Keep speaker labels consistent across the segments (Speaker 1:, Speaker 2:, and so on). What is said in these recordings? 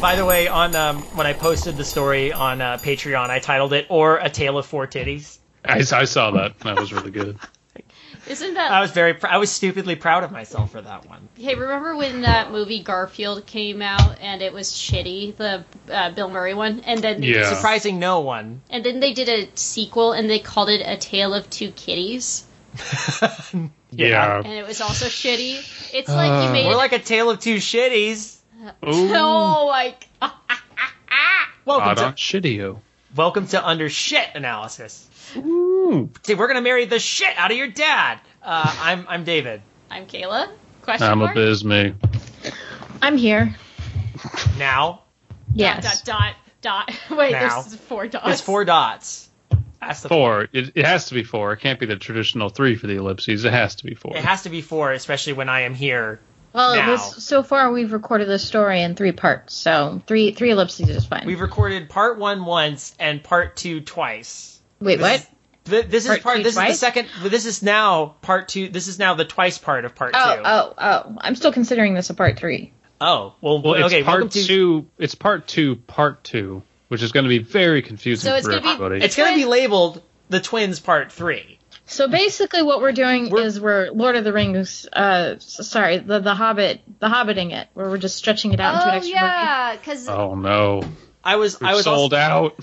Speaker 1: By the way, on um, when I posted the story on uh, Patreon, I titled it "Or a Tale of Four Titties."
Speaker 2: I, I saw that. That was really good.
Speaker 3: Isn't
Speaker 1: I
Speaker 3: that
Speaker 1: was very, pr- I was stupidly proud of myself for that one.
Speaker 3: hey? Remember when that movie Garfield came out and it was shitty, the uh, Bill Murray one, and then they-
Speaker 2: Yeah.
Speaker 1: Surprising no one.
Speaker 3: and then they did a sequel and they called it A Tale of Two Kitties,
Speaker 2: Yeah.
Speaker 3: and it was also shitty. It's like you
Speaker 2: Uh,
Speaker 3: made
Speaker 1: We're like a tale of two shitties.
Speaker 2: Ooh,
Speaker 3: oh my god.
Speaker 1: Welcome
Speaker 2: hot
Speaker 1: to
Speaker 2: on shitio.
Speaker 1: welcome to under shit analysis.
Speaker 2: Ooh.
Speaker 1: See, we're gonna marry the shit out of your dad. Uh, I'm I'm David.
Speaker 3: I'm Kayla. Question
Speaker 2: I'm
Speaker 3: mark.
Speaker 2: abysmal.
Speaker 4: I'm here.
Speaker 1: Now
Speaker 4: Yes.
Speaker 3: Dot dot dot. Wait,
Speaker 1: Now.
Speaker 3: there's four dots.
Speaker 1: it's four dots. That's the
Speaker 2: Four. It, it has to be four. It can't be the traditional three for the ellipses. It has to be four.
Speaker 1: It has to be four, especially when I am here.
Speaker 4: Well, it
Speaker 1: Now.
Speaker 4: was, so far we've recorded the story in three parts, so three three ellipses is fine.
Speaker 1: We've recorded part one once and part two twice.
Speaker 4: Wait,
Speaker 1: This
Speaker 4: what?
Speaker 1: is- th- this
Speaker 4: Part
Speaker 1: is part.
Speaker 4: two
Speaker 1: This is the
Speaker 4: twice?
Speaker 1: second. This is now part two. This is now the twice part of part
Speaker 4: Oh,
Speaker 1: two.
Speaker 4: oh, oh! I'm still considering this a part three.
Speaker 1: Oh, well,
Speaker 2: Well, it's
Speaker 1: okay. Welcome
Speaker 2: part
Speaker 1: to.
Speaker 2: two. It's part two, part two, which is going to be very confusing
Speaker 3: So it's
Speaker 2: for
Speaker 3: gonna be-
Speaker 2: everybody.
Speaker 1: It's going to be
Speaker 3: Twins.
Speaker 1: labeled the twins part three.
Speaker 4: So basically, what we're doing
Speaker 1: We're-
Speaker 4: is we're Lord of the Rings. Uh, s- sorry, the the Hobbit, the Hobbiting it, where we're just stretching it out into an
Speaker 3: Oh
Speaker 4: extra movie.
Speaker 3: yeah, because
Speaker 2: oh no,
Speaker 1: I was.
Speaker 2: we're
Speaker 1: I was
Speaker 2: sold out.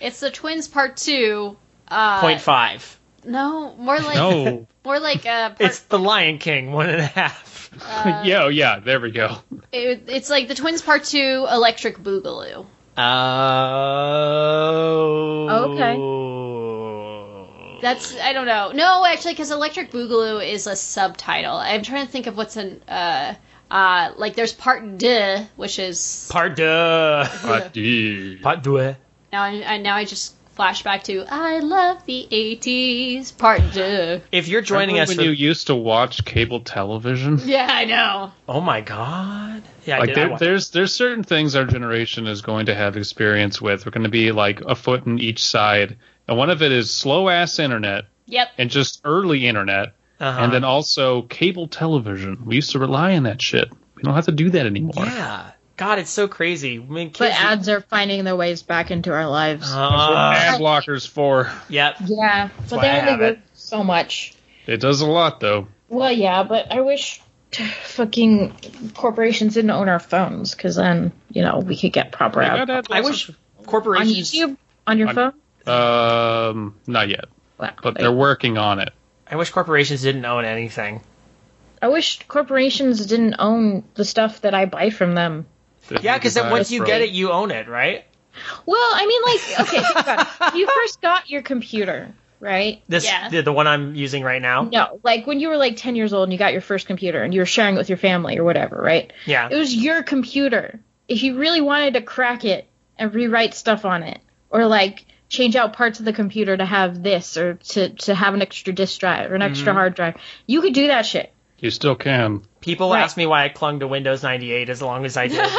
Speaker 3: it's the twins part two. Uh,
Speaker 1: Point five.
Speaker 3: No, more like
Speaker 2: No.
Speaker 3: more like uh, part,
Speaker 1: It's the Lion King one and a half.
Speaker 3: uh,
Speaker 2: yeah, oh, yeah. There we go.
Speaker 3: it- it's like the twins part two, Electric Boogaloo.
Speaker 1: Oh.
Speaker 3: That's I don't know. No, actually, because Electric Boogaloo is a subtitle. I'm trying to think of what's an uh uh like there's part deux, which is
Speaker 1: part deux.
Speaker 2: But, yeah.
Speaker 1: Part deux.
Speaker 3: now I, I now I just flash back to I love the 80s part deux.
Speaker 1: If you're joining
Speaker 2: Remember
Speaker 1: us,
Speaker 2: when
Speaker 1: for,
Speaker 2: you used to watch cable television.
Speaker 3: Yeah, I know.
Speaker 1: oh my god, yeah, I
Speaker 2: Like
Speaker 1: did. I
Speaker 2: there,
Speaker 1: wa-
Speaker 2: there's there's certain things our generation is going to have experience with. We're going to be like a foot in each side, and one of it is slow ass internet
Speaker 3: Yep.
Speaker 2: and just early internet,
Speaker 1: Uh-huh.
Speaker 2: and then also cable television. We used to rely on that shit. We don't have to do that anymore.
Speaker 1: yeah, God, it's so crazy. I mean,
Speaker 4: But
Speaker 1: kids,
Speaker 4: ads are finding their ways back into our lives.
Speaker 1: Uh,
Speaker 2: Ad blockers for
Speaker 1: yep.
Speaker 4: yeah, but
Speaker 1: why I
Speaker 4: they only
Speaker 1: have it.
Speaker 4: work so much.
Speaker 2: it does a lot though.
Speaker 4: Well, yeah, but I wish fucking corporations didn't own our phones, because then you know we could get proper
Speaker 2: They
Speaker 4: ad.
Speaker 2: got ad
Speaker 1: I
Speaker 2: blockers.
Speaker 1: wish
Speaker 4: on
Speaker 1: corporations.
Speaker 4: YouTube on your
Speaker 2: On-
Speaker 4: phone.
Speaker 2: Um, not yet,
Speaker 4: Wow,
Speaker 2: but
Speaker 4: there
Speaker 2: they're working on it.
Speaker 1: I wish corporations didn't own anything.
Speaker 4: I wish corporations didn't own the stuff that I buy from them.
Speaker 1: Yeah, because then once you get
Speaker 2: Right.
Speaker 1: it, you own it, right?
Speaker 4: Well, I mean, like, okay, think about it. you first got your computer, right?
Speaker 1: This
Speaker 3: Yeah.
Speaker 1: the, the one I'm using right now.
Speaker 4: No, like when you were like 10 years old and you got your first computer and you were sharing it with your family or whatever, right?
Speaker 1: Yeah.
Speaker 4: It was your computer. If you really wanted to crack it and rewrite stuff on it, or like change out parts of the computer to have this or to, to have an extra disk drive or an
Speaker 1: Mm-hmm.
Speaker 4: extra hard drive, you could do that shit.
Speaker 2: You still can.
Speaker 1: People
Speaker 4: Right.
Speaker 1: ask me why I clung to Windows 98 as long as I did.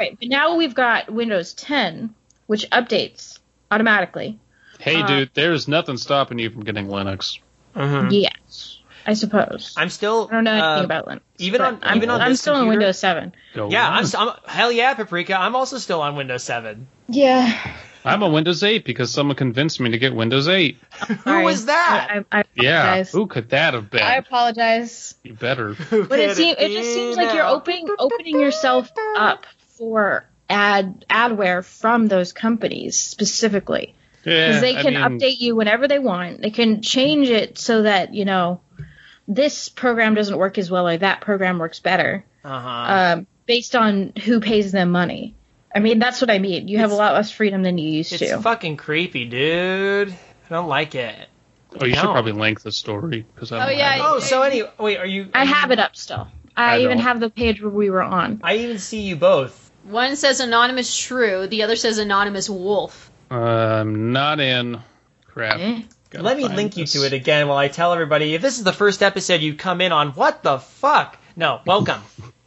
Speaker 4: Right, but now we've got Windows 10, which updates automatically.
Speaker 2: Hey,
Speaker 1: Uh,
Speaker 2: dude, there's nothing stopping you from getting Linux.
Speaker 1: Mhm.
Speaker 4: Yes, I suppose. I
Speaker 1: I'm still.
Speaker 4: don't know anything
Speaker 1: uh,
Speaker 4: about Linux.
Speaker 1: even
Speaker 4: but
Speaker 1: on-
Speaker 4: I'm,
Speaker 1: even on
Speaker 4: I'm
Speaker 1: this
Speaker 4: still on
Speaker 1: computer-
Speaker 4: Windows 7.
Speaker 2: Go
Speaker 1: Yeah,
Speaker 2: on.
Speaker 1: I'm, s- I'm. Hell yeah, Paprika. I'm also still on Windows 7.
Speaker 4: Yeah.
Speaker 2: I'm a Windows 8 because someone convinced me to get Windows 8.
Speaker 1: Who was that?
Speaker 4: I, I, I
Speaker 2: Yeah,
Speaker 4: apologize.
Speaker 2: who could that have been?
Speaker 4: I apologize.
Speaker 2: you better.
Speaker 1: Who
Speaker 4: But
Speaker 1: could
Speaker 4: it, seem, it just
Speaker 1: be
Speaker 4: seems like you're
Speaker 1: now?
Speaker 4: opening opening yourself up for ad adware from those companies specifically
Speaker 2: Yeah,
Speaker 4: because they
Speaker 2: I
Speaker 4: can
Speaker 2: mean,
Speaker 4: update you whenever they want. They can change it so that you know this program doesn't work as well or that program works better.
Speaker 1: Uh-huh.
Speaker 4: um, based on who pays them money. I mean, that's what I mean. You have a lot less freedom than you used
Speaker 1: It's
Speaker 4: to.
Speaker 1: fucking creepy, dude. I don't like it.
Speaker 2: Oh, you should
Speaker 1: No.
Speaker 2: probably link the story because I.
Speaker 3: Oh,
Speaker 2: don't
Speaker 3: yeah,
Speaker 2: have it.
Speaker 1: Oh, so any wait, are you?
Speaker 4: I have it up still. I,
Speaker 2: I
Speaker 4: even
Speaker 2: don't.
Speaker 4: have the page where we were on.
Speaker 1: I even see you both.
Speaker 3: One says anonymous shrew, the other says anonymous wolf.
Speaker 2: I'm Um, not in. Crap.
Speaker 4: Eh?
Speaker 2: Gotta
Speaker 1: Let me
Speaker 2: find
Speaker 1: link
Speaker 2: this.
Speaker 1: you to it again while I tell everybody. If this is the first episode you come in on, what the fuck? No, welcome.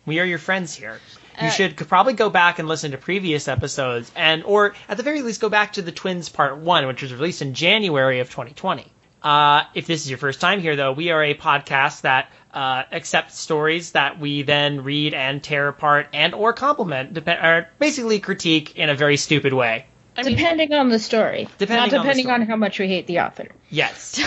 Speaker 1: we are your friends here. You
Speaker 3: Uh,
Speaker 1: should c- probably go back and listen to previous episodes, and or at the very least go back to the Twins Part One, which was released in January of 2020. Uh, if this is your first time here, though, we are a podcast that uh, accept stories that we then read and tear apart and or compliment, depend or basically critique in a very stupid way.
Speaker 3: I mean,
Speaker 4: depending on the story.
Speaker 1: Depending on
Speaker 4: Not
Speaker 1: the
Speaker 4: depending
Speaker 1: story.
Speaker 4: on how much we hate the author.
Speaker 1: Yes.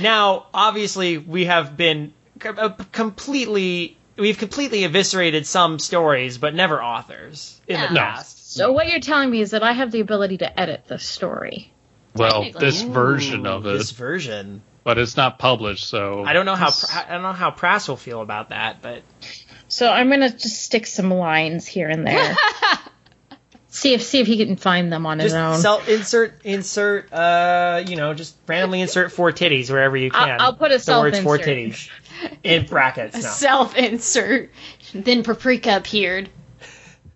Speaker 1: now, obviously, we have been c- uh, completely we've completely eviscerated some stories, but never authors in the
Speaker 3: No.
Speaker 1: past.
Speaker 4: So what you're telling me is that I have the ability to edit the story.
Speaker 2: Well,
Speaker 3: Technically.
Speaker 2: this version
Speaker 1: Ooh,
Speaker 2: of
Speaker 1: This
Speaker 2: it,
Speaker 1: version.
Speaker 2: but it's not published, so
Speaker 1: I don't know how
Speaker 2: This-
Speaker 1: Pr- I don't know how Prass will feel about that, but
Speaker 4: So I'm gonna just stick some lines here and there. see if see if he can find them on his own.
Speaker 1: just self insert insert uh you know just randomly insert four titties wherever you
Speaker 4: I'll-
Speaker 1: can.
Speaker 4: I'll put a
Speaker 1: the words four
Speaker 4: self-insert.
Speaker 1: titties in brackets. No.
Speaker 3: self insert. Then Paprika appeared.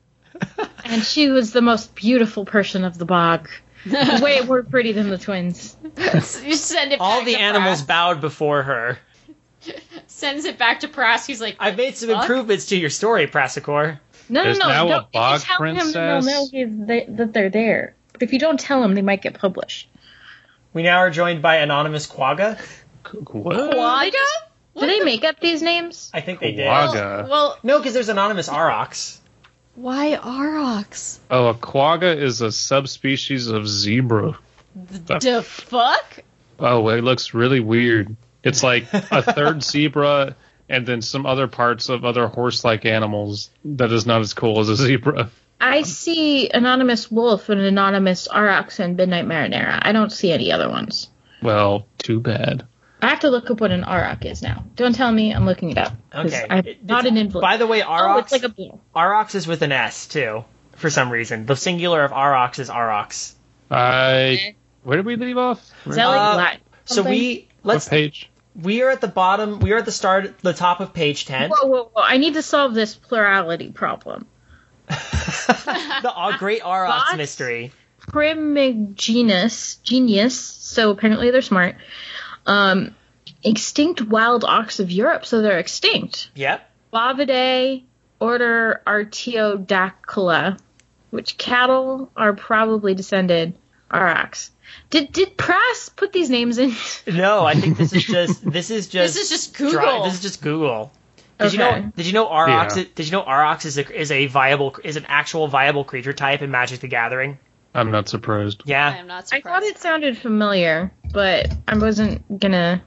Speaker 4: and she was the most beautiful person of the bog. Way more pretty than the twins.
Speaker 3: You send it
Speaker 1: All
Speaker 3: back
Speaker 1: the
Speaker 3: to
Speaker 1: animals
Speaker 3: Prass.
Speaker 1: bowed before her.
Speaker 3: Sends it back to Prass. He's like,
Speaker 1: I've made some
Speaker 3: Fuck.
Speaker 1: improvements to your story, Prassicor.
Speaker 4: No,
Speaker 2: There's
Speaker 4: no, no.
Speaker 2: now a
Speaker 4: don't, if
Speaker 2: bog
Speaker 4: you tell him, they'll
Speaker 2: princess.
Speaker 4: know he's they, that they're there. But if you don't tell him, they might get published.
Speaker 1: We now are joined by anonymous Quagga.
Speaker 2: What?
Speaker 3: Quagga?
Speaker 4: Do they make up these names?
Speaker 1: I think they did.
Speaker 2: Quagga.
Speaker 3: Well, well,
Speaker 1: No, because there's anonymous Aurochs.
Speaker 3: why Aurochs?
Speaker 2: Oh, a quagga is a subspecies of zebra.
Speaker 3: The fuck?
Speaker 2: Oh, it looks really weird. It's like a third zebra and then some other parts of other horse-like animals that is not as cool as a zebra.
Speaker 4: I see anonymous wolf and anonymous Aurochs and midnight marinara. I don't see any other ones.
Speaker 2: Well, too bad.
Speaker 4: I have to look up what an Auroch is now. Don't tell me I'm looking it up. 'cause
Speaker 1: Okay.
Speaker 4: I'm
Speaker 1: It-
Speaker 4: not
Speaker 1: it's-
Speaker 4: an influencer.
Speaker 1: By the way,
Speaker 4: oh,
Speaker 1: Aurochs,
Speaker 4: it's like a blue.
Speaker 1: Aurochs is with an S, too, for some reason. The singular of Aurochs is Aurochs.
Speaker 2: I where did we leave off?
Speaker 4: Is that like
Speaker 1: Uh,
Speaker 4: Latin?
Speaker 1: So we, let's,
Speaker 2: what page?
Speaker 1: we are at the bottom, we are at the start, the top of page 10.
Speaker 4: Whoa, whoa, whoa! I need to solve this plurality problem.
Speaker 1: the au- great Aurochs
Speaker 4: Bots?
Speaker 1: mystery.
Speaker 4: Primigenus, genius. So apparently they're smart. Um, extinct wild ox of Europe. So they're extinct.
Speaker 1: Yep.
Speaker 4: Bovidae, order Artiodactyla, which cattle are probably descended Aurochs. Did did Prass put these names in?
Speaker 1: No, I think this is just, this is just,
Speaker 3: This is just
Speaker 1: dri-
Speaker 3: Google.
Speaker 1: this is just Google. Did you
Speaker 4: Okay.
Speaker 1: know? Did you know Aurochs?
Speaker 2: Yeah.
Speaker 1: Did you know Aurochs is a, is a viable is an actual viable creature type in Magic the Gathering?
Speaker 2: I'm not surprised.
Speaker 1: Yeah,
Speaker 3: I'm not
Speaker 4: I
Speaker 3: surprised.
Speaker 4: thought it sounded familiar, but I wasn't gonna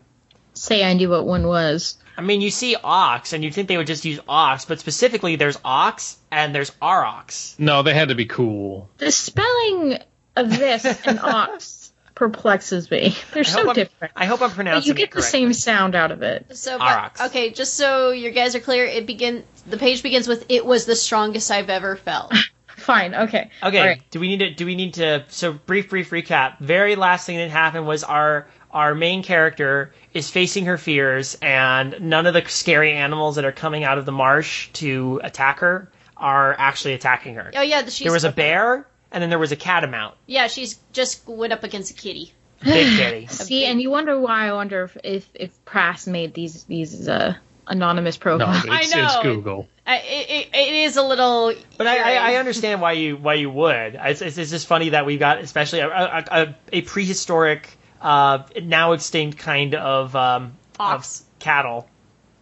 Speaker 4: say I knew what one was.
Speaker 1: I mean, you see ox, and you'd think they would just use ox, but specifically, there's ox and there's aurochs.
Speaker 2: No, they had to be cool.
Speaker 4: The spelling of this and ox perplexes me. They're
Speaker 1: I hope
Speaker 4: so
Speaker 1: I'm-
Speaker 4: different.
Speaker 1: I hope I'm
Speaker 4: But
Speaker 1: pronouncing
Speaker 4: you
Speaker 1: it
Speaker 4: get the
Speaker 1: correctly.
Speaker 4: same sound out of it.
Speaker 3: So,
Speaker 1: Aurochs.
Speaker 3: but, okay, just so you guys are clear, it begin the page begins with "It was the strongest I've ever felt."
Speaker 4: Fine, okay.
Speaker 1: Okay,
Speaker 4: All right.
Speaker 1: do we need to? Do we need to? So brief, brief recap. Very last thing that happened was our our main character is facing her fears, and none of the scary animals that are coming out of the marsh to attack her are actually attacking her.
Speaker 3: Oh yeah, the- she's,
Speaker 1: There was a bear, and then there was a catamount.
Speaker 3: Yeah, she's just went up against a kitty.
Speaker 1: Big kitty.
Speaker 4: See, and you wonder why I wonder if if, if Prass made these these uh, anonymous
Speaker 2: No,
Speaker 4: profiles.
Speaker 2: but it's,
Speaker 3: I know.
Speaker 2: it's Google.
Speaker 3: I, it, it, it is a little.
Speaker 1: But I, I, I
Speaker 3: eerie.
Speaker 1: understand why you why you would. It's, it's, it's just funny that we've got especially a, a, a, a prehistoric, uh, now extinct kind of um,
Speaker 3: Ox.
Speaker 1: of cattle,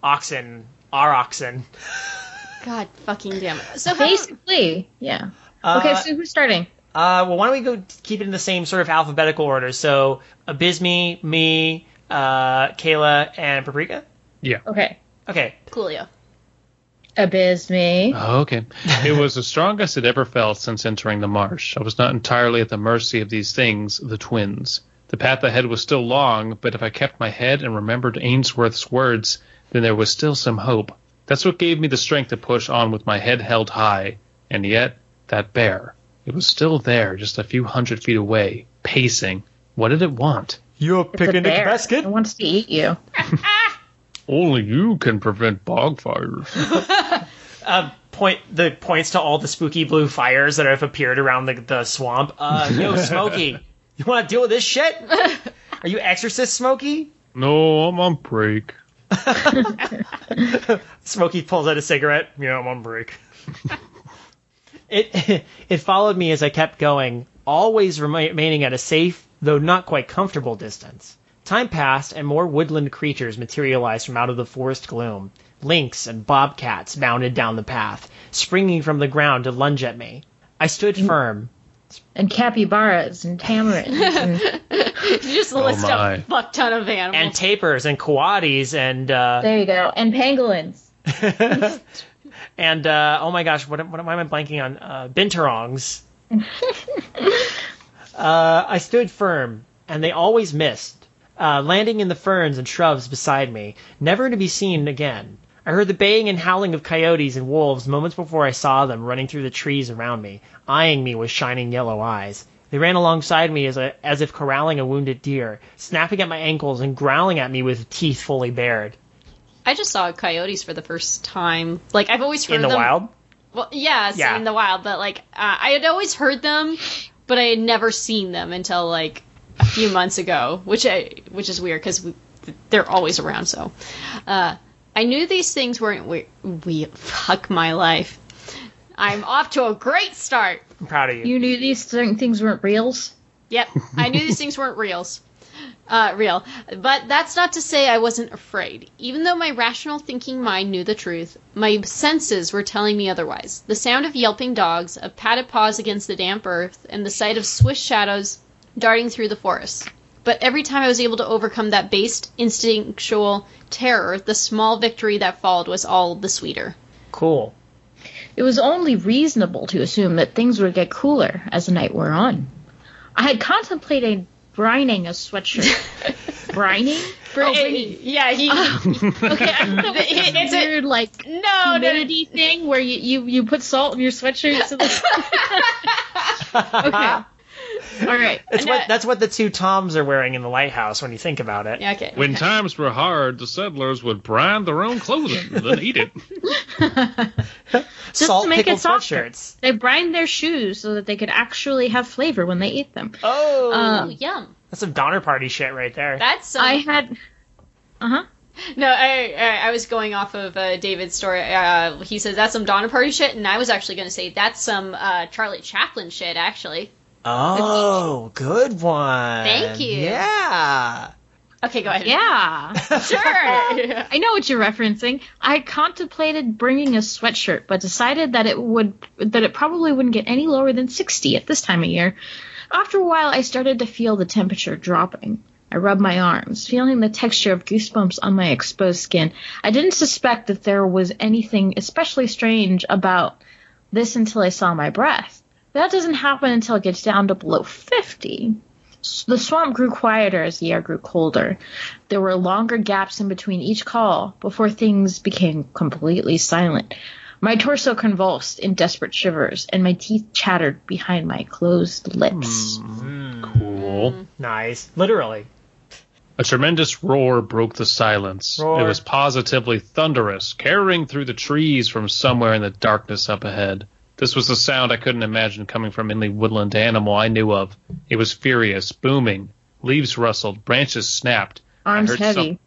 Speaker 1: oxen, our oxen.
Speaker 3: God fucking damn it. So how,
Speaker 4: Basically, yeah. okay,
Speaker 1: Uh,
Speaker 4: so who's starting?
Speaker 1: Uh, well, why don't we go keep it in the same sort of alphabetical order? So Abysme, me, uh, Kayla, and Paprika.
Speaker 2: Yeah.
Speaker 4: Okay.
Speaker 1: Okay,
Speaker 3: Coolio.
Speaker 1: Uh,
Speaker 4: Abysme.
Speaker 2: Oh, okay. it was the strongest it ever felt since entering the marsh. I was not entirely at the mercy of these things, the twins. The path ahead was still long, but if I kept my head and remembered Ainsworth's words, then there was still some hope. That's what gave me the strength to push on with my head held high. And yet, that bear. It was still there, just a few hundred feet away, pacing. What did it want?
Speaker 1: your
Speaker 4: It's a bear. It wants to eat you.
Speaker 2: Only you can prevent bogfires.
Speaker 1: point the points to all the spooky blue fires that have appeared around the, the swamp. Uh, yo, Smokey, you want to deal with this shit? Are you Exorcist Smokey?
Speaker 2: no, I'm on break.
Speaker 1: Smokey pulls out a cigarette. Yeah, I'm on break. it it followed me as I kept going, always remi- remaining at a safe though not quite comfortable distance. Time passed, and more woodland creatures materialized from out of the forest gloom. Lynx and bobcats bounded down the path, springing from the ground to lunge at me. I stood firm.
Speaker 4: and capybaras and tamarins. and
Speaker 3: you just list
Speaker 2: my.
Speaker 3: a fuck ton of animals.
Speaker 1: And tapirs and coatis and uh,
Speaker 4: there you go. And pangolins.
Speaker 1: and uh, oh my gosh, what, am- what am why am I blanking on? Uh, binturongs. uh, I stood firm, and they always missed, uh, landing in the ferns and shrubs beside me, never to be seen again. I heard the baying and howling of coyotes and wolves moments before I saw them running through the trees around me, eyeing me with shining yellow eyes. They ran alongside me as, a, as if corralling a wounded deer, snapping at my ankles and growling at me with teeth fully bared.
Speaker 3: I just saw coyotes for the first time. Like I've always heard
Speaker 1: In the
Speaker 3: them.
Speaker 1: wild?
Speaker 3: Well, yes,
Speaker 1: Yeah.
Speaker 3: in the wild, but like uh, I had always heard them, but I had never seen them until like a few months ago, which I which is weird because we, they're always around. So uh, I knew these things weren't we, we fuck my life. I'm off to a great start.
Speaker 1: I'm proud of you.
Speaker 4: You knew these certain things weren't reals.
Speaker 3: Yep, I knew these things weren't reals. Uh, real. But that's not to say I wasn't afraid. Even though my rational thinking mind knew the truth, my senses were telling me otherwise. The sound of yelping dogs, of padded paws against the damp earth, and the sight of swift shadows darting through the forest. But every time I was able to overcome that based instinctual terror, the small victory that followed was all the sweeter.
Speaker 1: Cool.
Speaker 4: It was only reasonable to assume that things would get cooler as the night wore on. I had contemplated brining a sweatshirt. brining?
Speaker 3: Oh,
Speaker 4: Oh,
Speaker 3: yeah, he.
Speaker 4: Okay, I thought it was
Speaker 3: It's
Speaker 4: some
Speaker 3: a-
Speaker 4: weird like
Speaker 3: no, no.
Speaker 4: humidity thing where you, you, you put salt in your sweatshirt. So that- okay. All right.
Speaker 1: That's what
Speaker 3: No.
Speaker 1: that's what the two toms are wearing in the lighthouse when you think about it.
Speaker 3: Yeah, okay.
Speaker 2: When times were hard, the settlers would brine their own clothing, then eat it.
Speaker 4: Just
Speaker 1: Salt
Speaker 4: to make
Speaker 1: pickled
Speaker 4: it softer.
Speaker 1: sweatshirts.
Speaker 4: They brined their shoes so that they could actually have flavor when they ate them.
Speaker 1: Oh,
Speaker 3: Ooh, yum.
Speaker 1: that's some Donner Party shit right there.
Speaker 3: That's some
Speaker 4: I had. Uh huh.
Speaker 3: No, I, I I was going off of uh, David's story. Uh, he says that's some Donna Party shit, and I was actually going to say that's some uh, Charlie Chaplin shit. Actually,
Speaker 1: oh, good one.
Speaker 3: Thank you.
Speaker 1: Yeah.
Speaker 3: okay, go ahead.
Speaker 4: Yeah.
Speaker 3: sure.
Speaker 4: I know what you're referencing. I contemplated bringing a sweatshirt, but decided that it would that it probably wouldn't get any lower than 60 at this time of year. After a while, I started to feel the temperature dropping. I rubbed my arms, feeling the texture of goosebumps on my exposed skin. I didn't suspect that there was anything especially strange about this until I saw my breath. That doesn't happen until it gets down to below 50. S- The swamp grew quieter as the air grew colder. There were longer gaps in between each call before things became completely silent. My torso convulsed in desperate shivers, and my teeth chattered behind my closed lips.
Speaker 2: Cool.
Speaker 1: Nice. Literally.
Speaker 2: A tremendous roar broke the silence.
Speaker 1: Roar.
Speaker 2: It was positively thunderous, carrying through the trees from somewhere in the darkness up ahead. This was a sound I couldn't imagine coming from any woodland animal I knew of. It was furious, booming. Leaves rustled, branches snapped. I
Speaker 4: Arms
Speaker 2: heard
Speaker 4: heavy.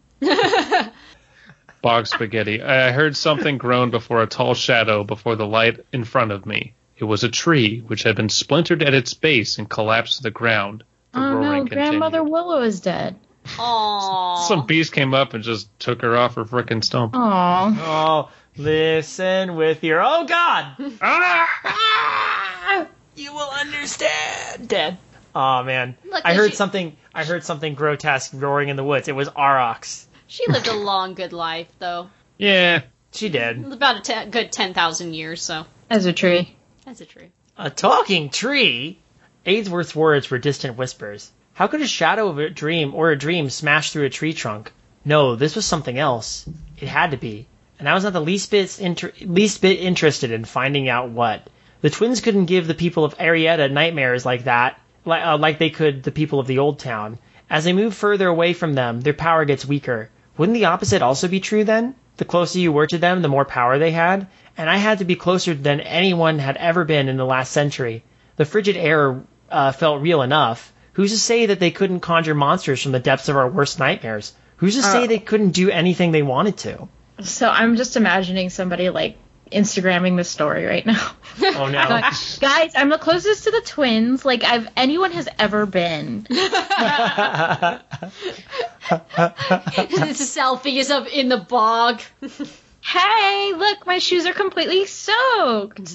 Speaker 2: bog spaghetti. I I heard something groan before a tall shadow before the light in front of me. It was a tree, which had been splintered at its base and collapsed to the ground. The
Speaker 4: oh no,
Speaker 2: roaring
Speaker 4: Grandmother
Speaker 2: continued.
Speaker 4: Willow is dead.
Speaker 3: Aww.
Speaker 2: Some beast came up and just took her off her frickin' stump.
Speaker 4: Aww.
Speaker 1: Oh, listen with your oh god.
Speaker 2: Ah!
Speaker 1: you will understand. Dead. Oh man.
Speaker 3: Look,
Speaker 1: I
Speaker 3: did
Speaker 1: heard
Speaker 3: she-
Speaker 1: something. I heard something grotesque roaring in the woods. It was Aurochs.
Speaker 3: She lived a long, good life though.
Speaker 2: Yeah.
Speaker 1: She did.
Speaker 3: About a te- good ten thousand years. So
Speaker 4: As a tree.
Speaker 3: that's a tree.
Speaker 1: A talking tree? Aidsworth's words were distant whispers. How could a shadow of a dream or a dream smash through a tree trunk? No, this was something else. It had to be. And I was not the least bit, inter- least bit interested in finding out what. The twins couldn't give the people of Arietta nightmares like that, li- uh, like they could the people of the old town. As they move further away from them, their power gets weaker. Wouldn't the opposite also be true then? The closer you were to them, the more power they had, and I had to be closer than anyone had ever been in the last century. The frigid air uh, felt real enough. Who's to say that they couldn't conjure monsters from the depths of our worst nightmares? Who's to say
Speaker 4: Oh.
Speaker 1: they couldn't do anything they wanted to?
Speaker 4: So I'm just imagining somebody like Instagramming this story right now.
Speaker 1: Oh no.
Speaker 4: Like, guys, I'm the closest to the twins like I've anyone has ever been.
Speaker 3: it's a selfie is up in the bog.
Speaker 4: Hey, look, my shoes are completely soaked.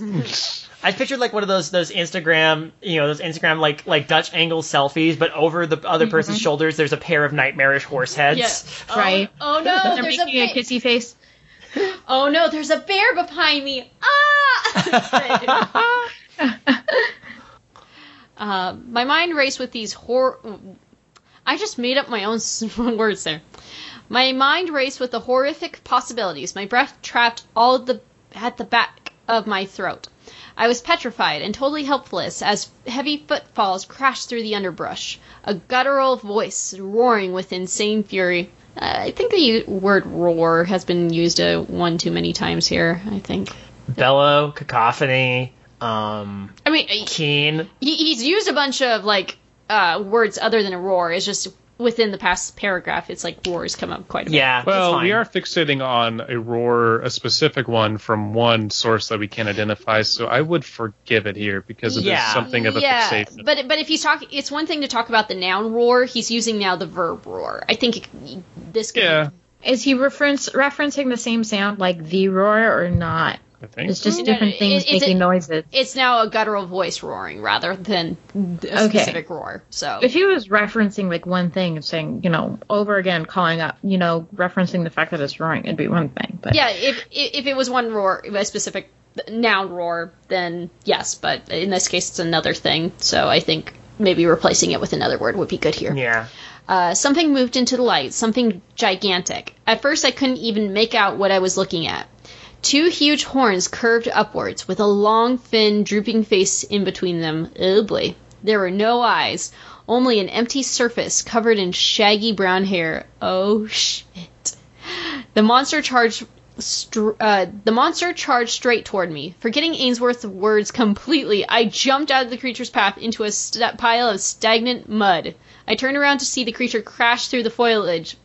Speaker 1: I pictured like one of those those Instagram, you know, those Instagram like like Dutch angle selfies, but over the other
Speaker 4: Mm-hmm.
Speaker 1: person's shoulders, there's a pair of nightmarish horse heads.
Speaker 3: Yeah.
Speaker 4: Right.
Speaker 3: Oh, oh no,
Speaker 4: They're
Speaker 3: there's a,
Speaker 4: making a
Speaker 3: bear.
Speaker 4: kissy face.
Speaker 3: Oh no, there's a bear behind me. Ah! uh, my mind raced with these hor. I just made up my own s- words there. My mind raced with the horrific possibilities. My breath trapped all the at the back of my throat. I was petrified and totally helpless as heavy footfalls crashed through the underbrush. A guttural voice roaring with insane fury. Uh, I think the u- word roar has been used uh, one too many times here, I think.
Speaker 1: Bellow, cacophony, um,
Speaker 3: I mean, uh, he,
Speaker 1: keen.
Speaker 3: he's used a bunch of, like, uh, words other than a roar. It's just within the past paragraph, it's like roars come up quite a bit.
Speaker 1: Yeah. that's
Speaker 2: Well,
Speaker 1: fine.
Speaker 2: we are fixating on a roar, a specific one from one source that we can't identify, so I would forgive it here because it is
Speaker 1: Yeah.
Speaker 2: something of a
Speaker 3: yeah,
Speaker 2: fixation.
Speaker 3: but but if he's talking, it's one thing to talk about the noun roar. He's using now the verb roar. I think it, this. could-
Speaker 2: yeah,
Speaker 4: Is he reference referencing the same sound like the roar or not?
Speaker 2: I think.
Speaker 4: It's
Speaker 2: so.
Speaker 4: just
Speaker 3: No, no,
Speaker 4: different
Speaker 3: it-
Speaker 4: things
Speaker 3: it's a-
Speaker 4: making noises.
Speaker 3: it's now a guttural voice roaring rather than a
Speaker 4: Okay.
Speaker 3: specific roar. So
Speaker 4: If he was referencing like one thing and saying, you know, over again, calling up, you know, referencing the fact that it's roaring, it'd be one thing. But
Speaker 3: yeah, if if it was one roar, a specific noun roar, then yes. But in this case, it's another thing. So I think maybe replacing it with another word would be good here.
Speaker 1: Yeah.
Speaker 3: Uh, something moved into the light, something gigantic. At first, I couldn't even make out what I was looking at. Two huge horns curved upwards, with a long, thin, drooping face in between them. Oh boy. There were no eyes, only an empty surface covered in shaggy brown hair. Oh shit. The monster charged. Str- uh, the monster charged straight toward me. Forgetting Ainsworth's words completely, I jumped out of the creature's path into a st- pile of stagnant mud. I turned around to see the creature crash through the foliage,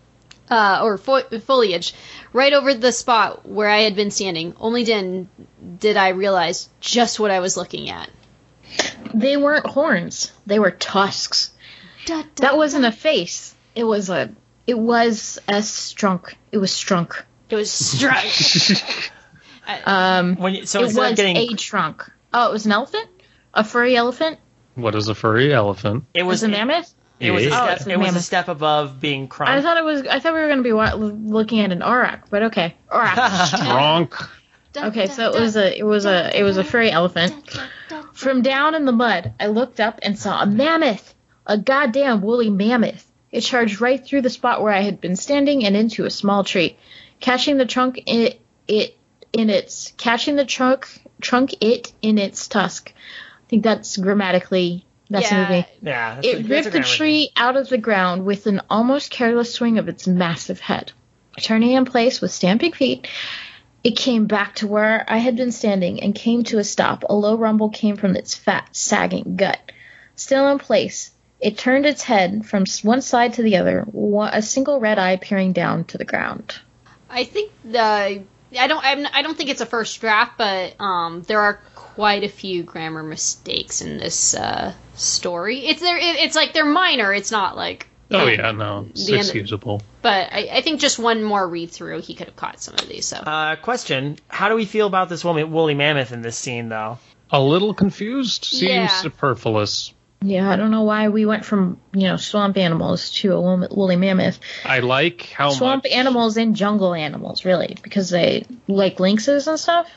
Speaker 3: uh, or fo- foliage, right over the spot where I had been standing. Only then did I realize just what I was looking at.
Speaker 4: they weren't horns; they were tusks.
Speaker 3: Da, da.
Speaker 4: That wasn't a face. It was a. It was a strunk. It was strunk.
Speaker 3: it was struck.
Speaker 4: Um,
Speaker 1: When you, so
Speaker 4: it
Speaker 1: instead
Speaker 4: was
Speaker 1: of getting
Speaker 4: a trunk. Oh, it was an elephant, a furry elephant.
Speaker 2: What is a furry elephant?
Speaker 1: it
Speaker 4: It
Speaker 1: was
Speaker 4: was a mammoth.
Speaker 1: It was a
Speaker 2: Yeah.
Speaker 4: Oh,
Speaker 1: step.
Speaker 4: it's a
Speaker 1: it was a
Speaker 4: mammoth.
Speaker 1: step above being
Speaker 4: I
Speaker 1: crunk.
Speaker 4: thought it was. I thought we were going to be wa- looking at an auroch, but okay. Auroch.
Speaker 2: Gronk.
Speaker 3: Da,
Speaker 4: Okay,
Speaker 3: da,
Speaker 4: so it
Speaker 3: da,
Speaker 4: was a. It was a. It was a furry elephant.
Speaker 3: da, da, da.
Speaker 4: From down in the mud, I looked up and saw a mammoth, a goddamn woolly mammoth. It charged right through the spot where I had been standing and into a small tree, catching the trunk it, it in its catching the trunk trunk it in its tusk. I think that's grammatically that's
Speaker 3: Yeah.
Speaker 4: movie.
Speaker 1: yeah. that's a-
Speaker 4: It
Speaker 1: that's a
Speaker 4: ripped the
Speaker 1: grammar thing.
Speaker 4: tree out of the ground with an almost careless swing of its massive head. Turning in place with stamping feet, it came back to where I had been standing and came to a stop. A low rumble came from its fat, sagging gut. Still in place, it turned its head from s- one side to the other, wa- a single red eye peering down to the ground.
Speaker 3: I think the I don't I'm, I don't think it's a first draft, but um, there are quite a few grammar mistakes in this uh, story. It's there. It, it's like they're minor. It's not like
Speaker 2: Oh yeah, no, it's
Speaker 3: Um, The end-
Speaker 2: excusable.
Speaker 3: But I, I think just one more read through, he could have caught some of these. So
Speaker 1: Uh, question: How do we feel about this woman, woolly mammoth, in this scene, though?
Speaker 2: A little confused seems
Speaker 3: Yeah.
Speaker 2: superfluous.
Speaker 4: Yeah, I don't know why we went from, you know, swamp animals to a woolly- woolly mammoth.
Speaker 2: I like how
Speaker 4: swamp
Speaker 2: much
Speaker 4: animals and jungle animals, really, because they like lynxes and stuff.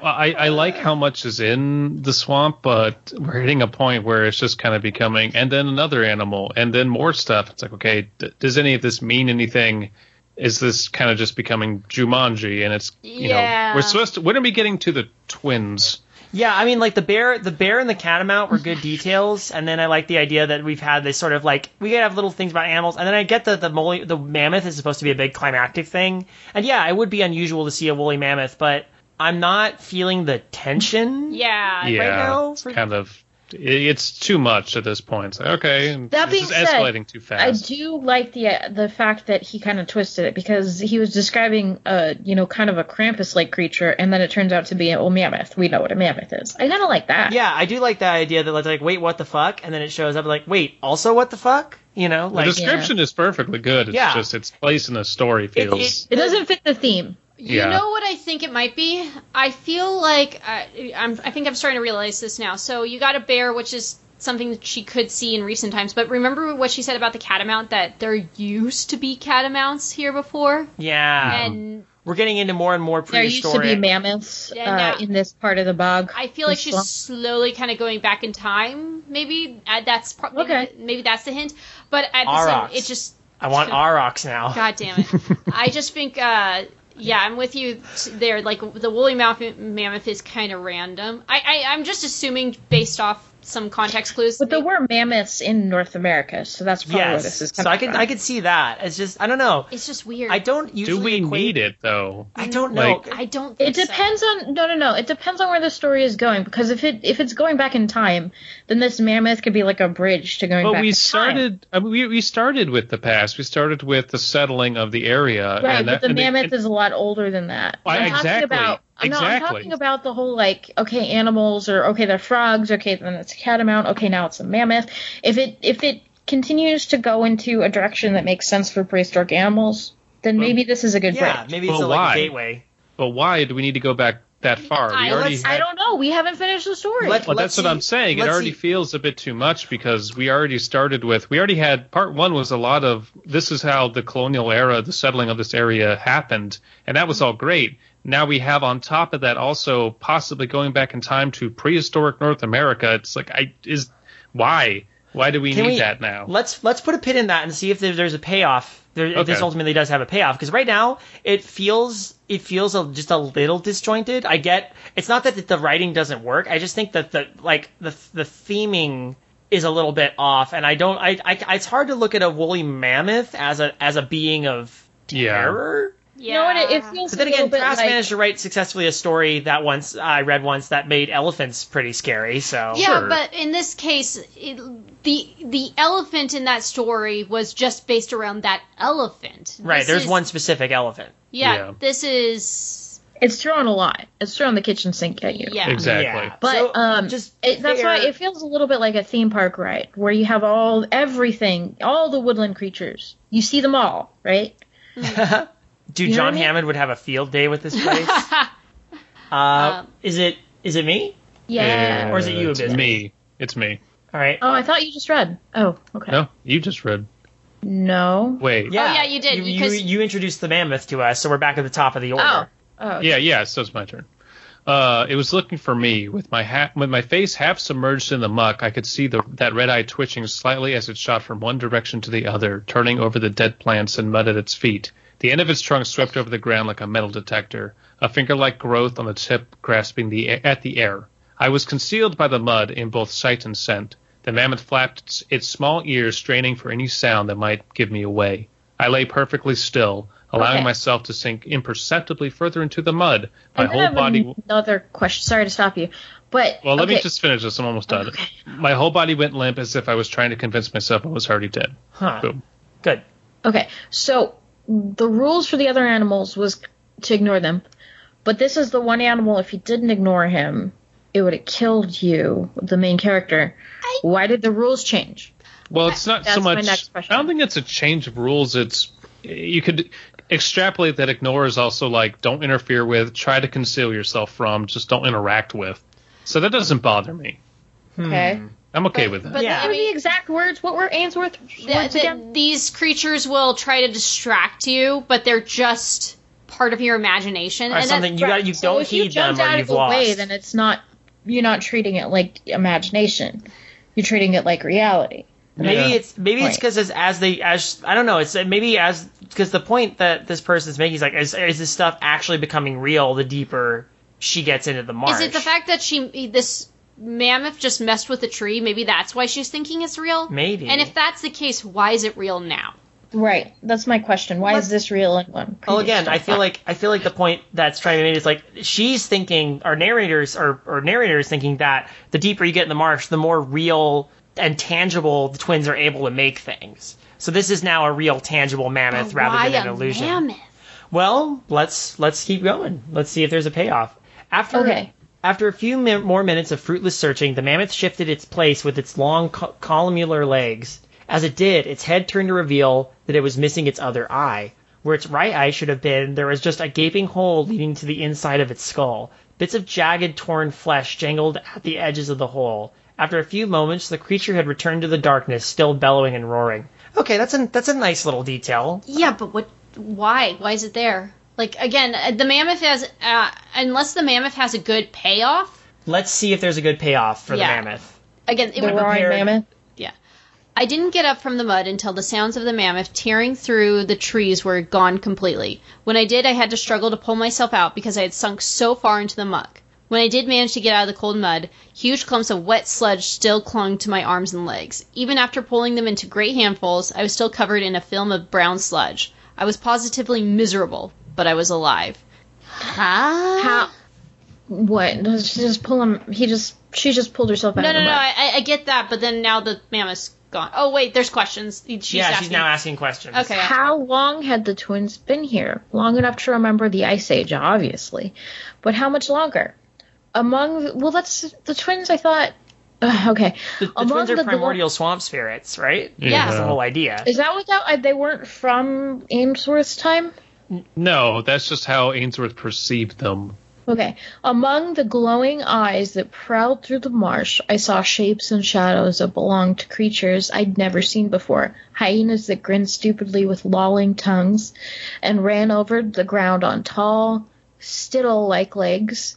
Speaker 2: I, I like how much is in the swamp, but we're hitting a point where it's just kind of becoming, and then another animal, and then more stuff. It's like, okay, d- does any of this mean anything? Is this kind of just becoming Jumanji? And it's, you
Speaker 3: Yeah.
Speaker 2: know, we're supposed to, when are we getting to the twins?
Speaker 1: Yeah, I mean, like the bear, the bear and the catamount were good details, and then I like the idea that we've had this sort of like we could have little things about animals, and then I get that the mole, the mammoth is supposed to be a big climactic thing, and yeah, it would be unusual to see a woolly mammoth, but I'm not feeling the tension
Speaker 3: yeah,
Speaker 2: yeah,
Speaker 1: right now
Speaker 2: it's
Speaker 1: for-
Speaker 2: kind of it, it's too much at this point. It's like, okay,
Speaker 4: That
Speaker 2: this
Speaker 4: being
Speaker 2: is
Speaker 4: said,
Speaker 2: escalating too
Speaker 4: I
Speaker 2: fast.
Speaker 4: do like the the fact that he kind of twisted it because he was describing a you know kind of a Krampus like creature, and then it turns out to be a mammoth. We know what a mammoth is. I kind of like that.
Speaker 1: Yeah, I do like that idea that like, like, wait, what the fuck? And then it shows up like, wait, also what the fuck? You know,
Speaker 2: the
Speaker 1: like
Speaker 2: description is perfectly good. It's
Speaker 1: Yeah.
Speaker 2: just its place in the story feels.
Speaker 1: it-
Speaker 4: It doesn't fit the theme.
Speaker 3: You
Speaker 2: Yeah.
Speaker 3: know what I think it might be? I feel like I, I'm. I think I'm starting to realize this now. So you got a bear, which is something that she could see in recent times. But remember what she said about the catamount? That there used to be catamounts here before,
Speaker 2: Um,
Speaker 1: yeah,
Speaker 3: and
Speaker 1: we're getting into more and more
Speaker 4: There
Speaker 1: prehistoric.
Speaker 4: used to be mammoths
Speaker 3: Yeah, now-
Speaker 4: uh, in this part of the bog.
Speaker 3: I feel like
Speaker 4: This
Speaker 3: she's
Speaker 4: one.
Speaker 3: slowly kind of going back in time. Maybe uh, that's probably
Speaker 4: Okay.
Speaker 3: Maybe that's the hint. But at the
Speaker 1: Aurochs.
Speaker 3: same, it just
Speaker 1: I want Aurochs now.
Speaker 3: God damn it. I just think, uh, yeah, I'm with you there. Like, the woolly mouth mammoth is kind of random. I, I, I'm just assuming based off some context clues.
Speaker 4: But there were mammoths in North America, so that's probably where this is
Speaker 1: Yes,
Speaker 4: coming
Speaker 1: so I could
Speaker 4: from.
Speaker 1: I could see that. It's just I don't know.
Speaker 3: It's just weird.
Speaker 1: I don't usually
Speaker 2: Do we
Speaker 1: equate,
Speaker 2: need it though?
Speaker 1: I don't know.
Speaker 2: Like-
Speaker 3: I don't think
Speaker 4: It
Speaker 3: so.
Speaker 4: depends on no no no. It depends on where the story is going because if it if it's going back in time, then this mammoth could be like a bridge to going back.
Speaker 2: But we
Speaker 4: in time.
Speaker 2: started. I mean, we we started with the past. We started with the settling of the area.
Speaker 4: right,
Speaker 2: Uh, and that-
Speaker 4: but the
Speaker 2: and
Speaker 4: mammoth
Speaker 2: and-
Speaker 4: is a lot older than that.
Speaker 2: Why,
Speaker 4: I'm
Speaker 2: exactly,
Speaker 4: talking about no, I'm
Speaker 2: exactly.
Speaker 4: talking about the whole like okay animals or okay they're frogs okay then it's a catamount okay now it's a mammoth. If it if it continues to go into a direction that makes sense for prehistoric animals, then maybe this is a good
Speaker 1: yeah,
Speaker 4: bridge.
Speaker 1: maybe it's
Speaker 2: Well,
Speaker 1: a, like
Speaker 2: why?
Speaker 1: a gateway.
Speaker 2: But why do we need to go back that far? We
Speaker 3: I-
Speaker 2: already.
Speaker 4: I
Speaker 2: had-
Speaker 4: don't know. We haven't finished the story.
Speaker 1: Let-
Speaker 2: well,
Speaker 1: Let's
Speaker 2: that's what I'm
Speaker 1: see-
Speaker 2: saying. It
Speaker 1: let's
Speaker 2: already
Speaker 1: see-
Speaker 2: feels a bit too much because we already started with. We already had part one was a lot of this is how the colonial era, the settling of this area happened, and that was all great. Now we have on top of that also possibly going back in time to prehistoric North America. It's like I is why why do we
Speaker 1: Can
Speaker 2: need
Speaker 1: we-
Speaker 2: that now?
Speaker 1: Let's let's put a pin in that and see if there- there's a payoff. There, if This
Speaker 2: Okay.
Speaker 1: ultimately does have a payoff because right now it feels it feels a, just a little disjointed. I get it's not that the writing doesn't work. I just think that the like the the theming is a little bit off, and I don't. I, I it's hard to look at a woolly mammoth as a as a being of terror.
Speaker 3: Yeah.
Speaker 4: you know what? It, it feels
Speaker 1: But then
Speaker 4: a little
Speaker 1: again,
Speaker 4: bit
Speaker 1: Trask
Speaker 4: like-
Speaker 1: managed to write successfully a story that once I read once that made elephants pretty scary. So
Speaker 3: yeah,
Speaker 2: Sure.
Speaker 3: but in this case, it, the the elephant in that story was just based around that elephant.
Speaker 1: right,
Speaker 3: This
Speaker 1: there's
Speaker 3: is-
Speaker 1: one specific elephant.
Speaker 3: yeah.
Speaker 2: Yeah.
Speaker 3: This is
Speaker 4: it's thrown a lot. It's thrown the kitchen sink at you.
Speaker 3: yeah.
Speaker 2: Exactly.
Speaker 1: Yeah.
Speaker 4: But
Speaker 1: So,
Speaker 4: um,
Speaker 1: just
Speaker 4: it, that's why
Speaker 1: fair-
Speaker 4: it feels a little bit like a theme park ride where you have all everything, all the woodland creatures. You see them all, right?
Speaker 1: Do
Speaker 4: You
Speaker 1: John
Speaker 4: know what I mean?
Speaker 1: Hammond would have a field day with this place? uh,
Speaker 4: Um,
Speaker 1: is it is it me?
Speaker 4: Yeah.
Speaker 1: Or is it you,
Speaker 2: It's
Speaker 1: Abysmal?
Speaker 2: me. It's me.
Speaker 1: All right.
Speaker 4: Oh, I thought you just read. Oh, okay.
Speaker 2: No, you just read.
Speaker 4: No.
Speaker 2: Wait.
Speaker 1: Yeah,
Speaker 3: yeah, you did,
Speaker 1: You,
Speaker 3: because-
Speaker 1: you introduced the mammoth to us, so we're back at the top of the order.
Speaker 4: Oh. Oh.
Speaker 2: Yeah, yeah, so it's my turn. Uh, it was looking for me. With my ha- with my face half submerged in the muck, I could see the, that red eye twitching slightly as it shot from one direction to the other, turning over the dead plants and mud at its feet. The end of its trunk swept over the ground like a metal detector, a finger-like growth on the tip grasping the at the air. I was concealed by the mud in both sight and scent. The mammoth flapped its, its small ears, straining for any sound that might give me away. I lay perfectly still, allowing
Speaker 4: Okay.
Speaker 2: myself to sink imperceptibly further into the mud. My
Speaker 4: And then Oh, I
Speaker 2: whole
Speaker 4: have
Speaker 2: body.
Speaker 4: Another question. Sorry to stop you, but
Speaker 2: Well, let me
Speaker 4: okay.
Speaker 2: just finish this. I'm almost done. My whole body went limp as if I was trying to convince myself I was already dead.
Speaker 1: Huh.
Speaker 2: Boom.
Speaker 1: Good.
Speaker 4: Okay, so the rules for the other animals was to ignore them, but this is the one animal. If you didn't ignore him, it would have killed you, the main character.
Speaker 3: I-
Speaker 4: Why did the rules change?
Speaker 2: Well, it's not
Speaker 4: That's
Speaker 2: so
Speaker 4: my
Speaker 2: much.
Speaker 4: next question.
Speaker 2: I don't think it's a change of rules. It's you could extrapolate that ignore is also like don't interfere with, try to conceal yourself from, just don't interact with. So that doesn't bother me. Hmm.
Speaker 4: Okay.
Speaker 2: I'm okay with that.
Speaker 3: But
Speaker 1: Yeah.
Speaker 4: What
Speaker 3: then
Speaker 4: were
Speaker 3: we-
Speaker 4: the exact words? What were Ainsworth's
Speaker 3: Th-
Speaker 4: words
Speaker 3: th-
Speaker 4: again?
Speaker 3: these creatures will try to distract you, but they're just part of your imagination.
Speaker 1: Or
Speaker 3: and that-
Speaker 1: something you got you
Speaker 4: So
Speaker 1: don't
Speaker 4: if you
Speaker 1: heed
Speaker 4: jumped
Speaker 1: them or
Speaker 4: out
Speaker 1: you've
Speaker 4: of the
Speaker 1: lost.
Speaker 4: way, then it's not. You're not treating it like imagination. You're treating it like reality.
Speaker 1: Maybe
Speaker 2: Yeah.
Speaker 1: it's maybe it's
Speaker 4: Right.
Speaker 1: because as, as they as I don't know it's maybe as because the point that this person's making is like is, is this stuff actually becoming real the deeper she gets into the marsh.
Speaker 3: is it the fact that she this mammoth just messed with a tree? Maybe that's why she's thinking it's real.
Speaker 1: Maybe.
Speaker 3: And if that's the case, why is it real now?
Speaker 4: Right. That's my question. Why
Speaker 1: Let's-
Speaker 4: is this real and one?
Speaker 1: Well, Oh, again, I feel like I feel like the point that's trying to be made is like she's thinking, our narrators or or narrator is thinking that the deeper you get in the marsh, the more real and tangible the twins are able to make things. So this is now a real tangible mammoth
Speaker 3: But
Speaker 1: rather
Speaker 3: why
Speaker 1: than an
Speaker 3: a
Speaker 1: illusion.
Speaker 3: Mammoth?
Speaker 1: Well, let's let's keep going. Let's see if there's a payoff. After
Speaker 4: Okay.
Speaker 1: after a few min- more minutes of fruitless searching, the mammoth shifted its place with its long co- columnar legs. As it did, its head turned to reveal that it was missing its other eye. Where its right eye should have been, there was just a gaping hole leading to the inside of its skull. Bits of jagged, torn flesh jangled at the edges of the hole. After a few moments, the creature had returned to the darkness, still bellowing and roaring. Okay, that's a that's a nice little detail.
Speaker 3: Yeah, but what? Why? Why is it there? Like again, uh, the mammoth has uh, unless the mammoth has a good payoff.
Speaker 1: Let's see if there's a good payoff for
Speaker 3: Yeah.
Speaker 1: the mammoth.
Speaker 3: Again, it
Speaker 4: the
Speaker 3: would,
Speaker 4: roaring
Speaker 1: prepared.
Speaker 4: mammoth.
Speaker 3: I didn't get up from the mud until the sounds of the mammoth tearing through the trees were gone completely. When I did, I had to struggle to pull myself out because I had sunk so far into the muck. When I did manage to get out of the cold mud, huge clumps of wet sludge still clung to my arms and legs. Even after pulling them into great handfuls, I was still covered in a film of brown sludge. I was positively miserable, but I was alive. Huh?
Speaker 4: How? What? Does She just pull him. He just. She just pulled herself out.
Speaker 3: No,
Speaker 4: of
Speaker 3: no,
Speaker 4: the
Speaker 3: no.
Speaker 4: mud.
Speaker 3: I, I- I get that, but then now the mammoth's gone. Oh wait, there's questions. She's
Speaker 1: yeah,
Speaker 3: asking.
Speaker 1: she's now asking questions.
Speaker 3: Okay.
Speaker 4: How long had the twins been here? Long enough to remember the ice age, obviously, but how much longer? Among well, that's the twins. I thought. Ugh, okay,
Speaker 1: The, the
Speaker 4: Among
Speaker 1: twins are
Speaker 4: the- the-
Speaker 1: primordial swamp spirits, right?
Speaker 3: Yeah.
Speaker 1: That's the whole idea.
Speaker 4: is that what that I- they weren't from Amesworth's time?
Speaker 2: No, that's just how Ainsworth perceived them.
Speaker 4: Okay. Among the glowing eyes that prowled through the marsh, I saw shapes and shadows that belonged to creatures I'd never seen before. Hyenas that grinned stupidly with lolling tongues and ran over the ground on tall, stiddle like legs.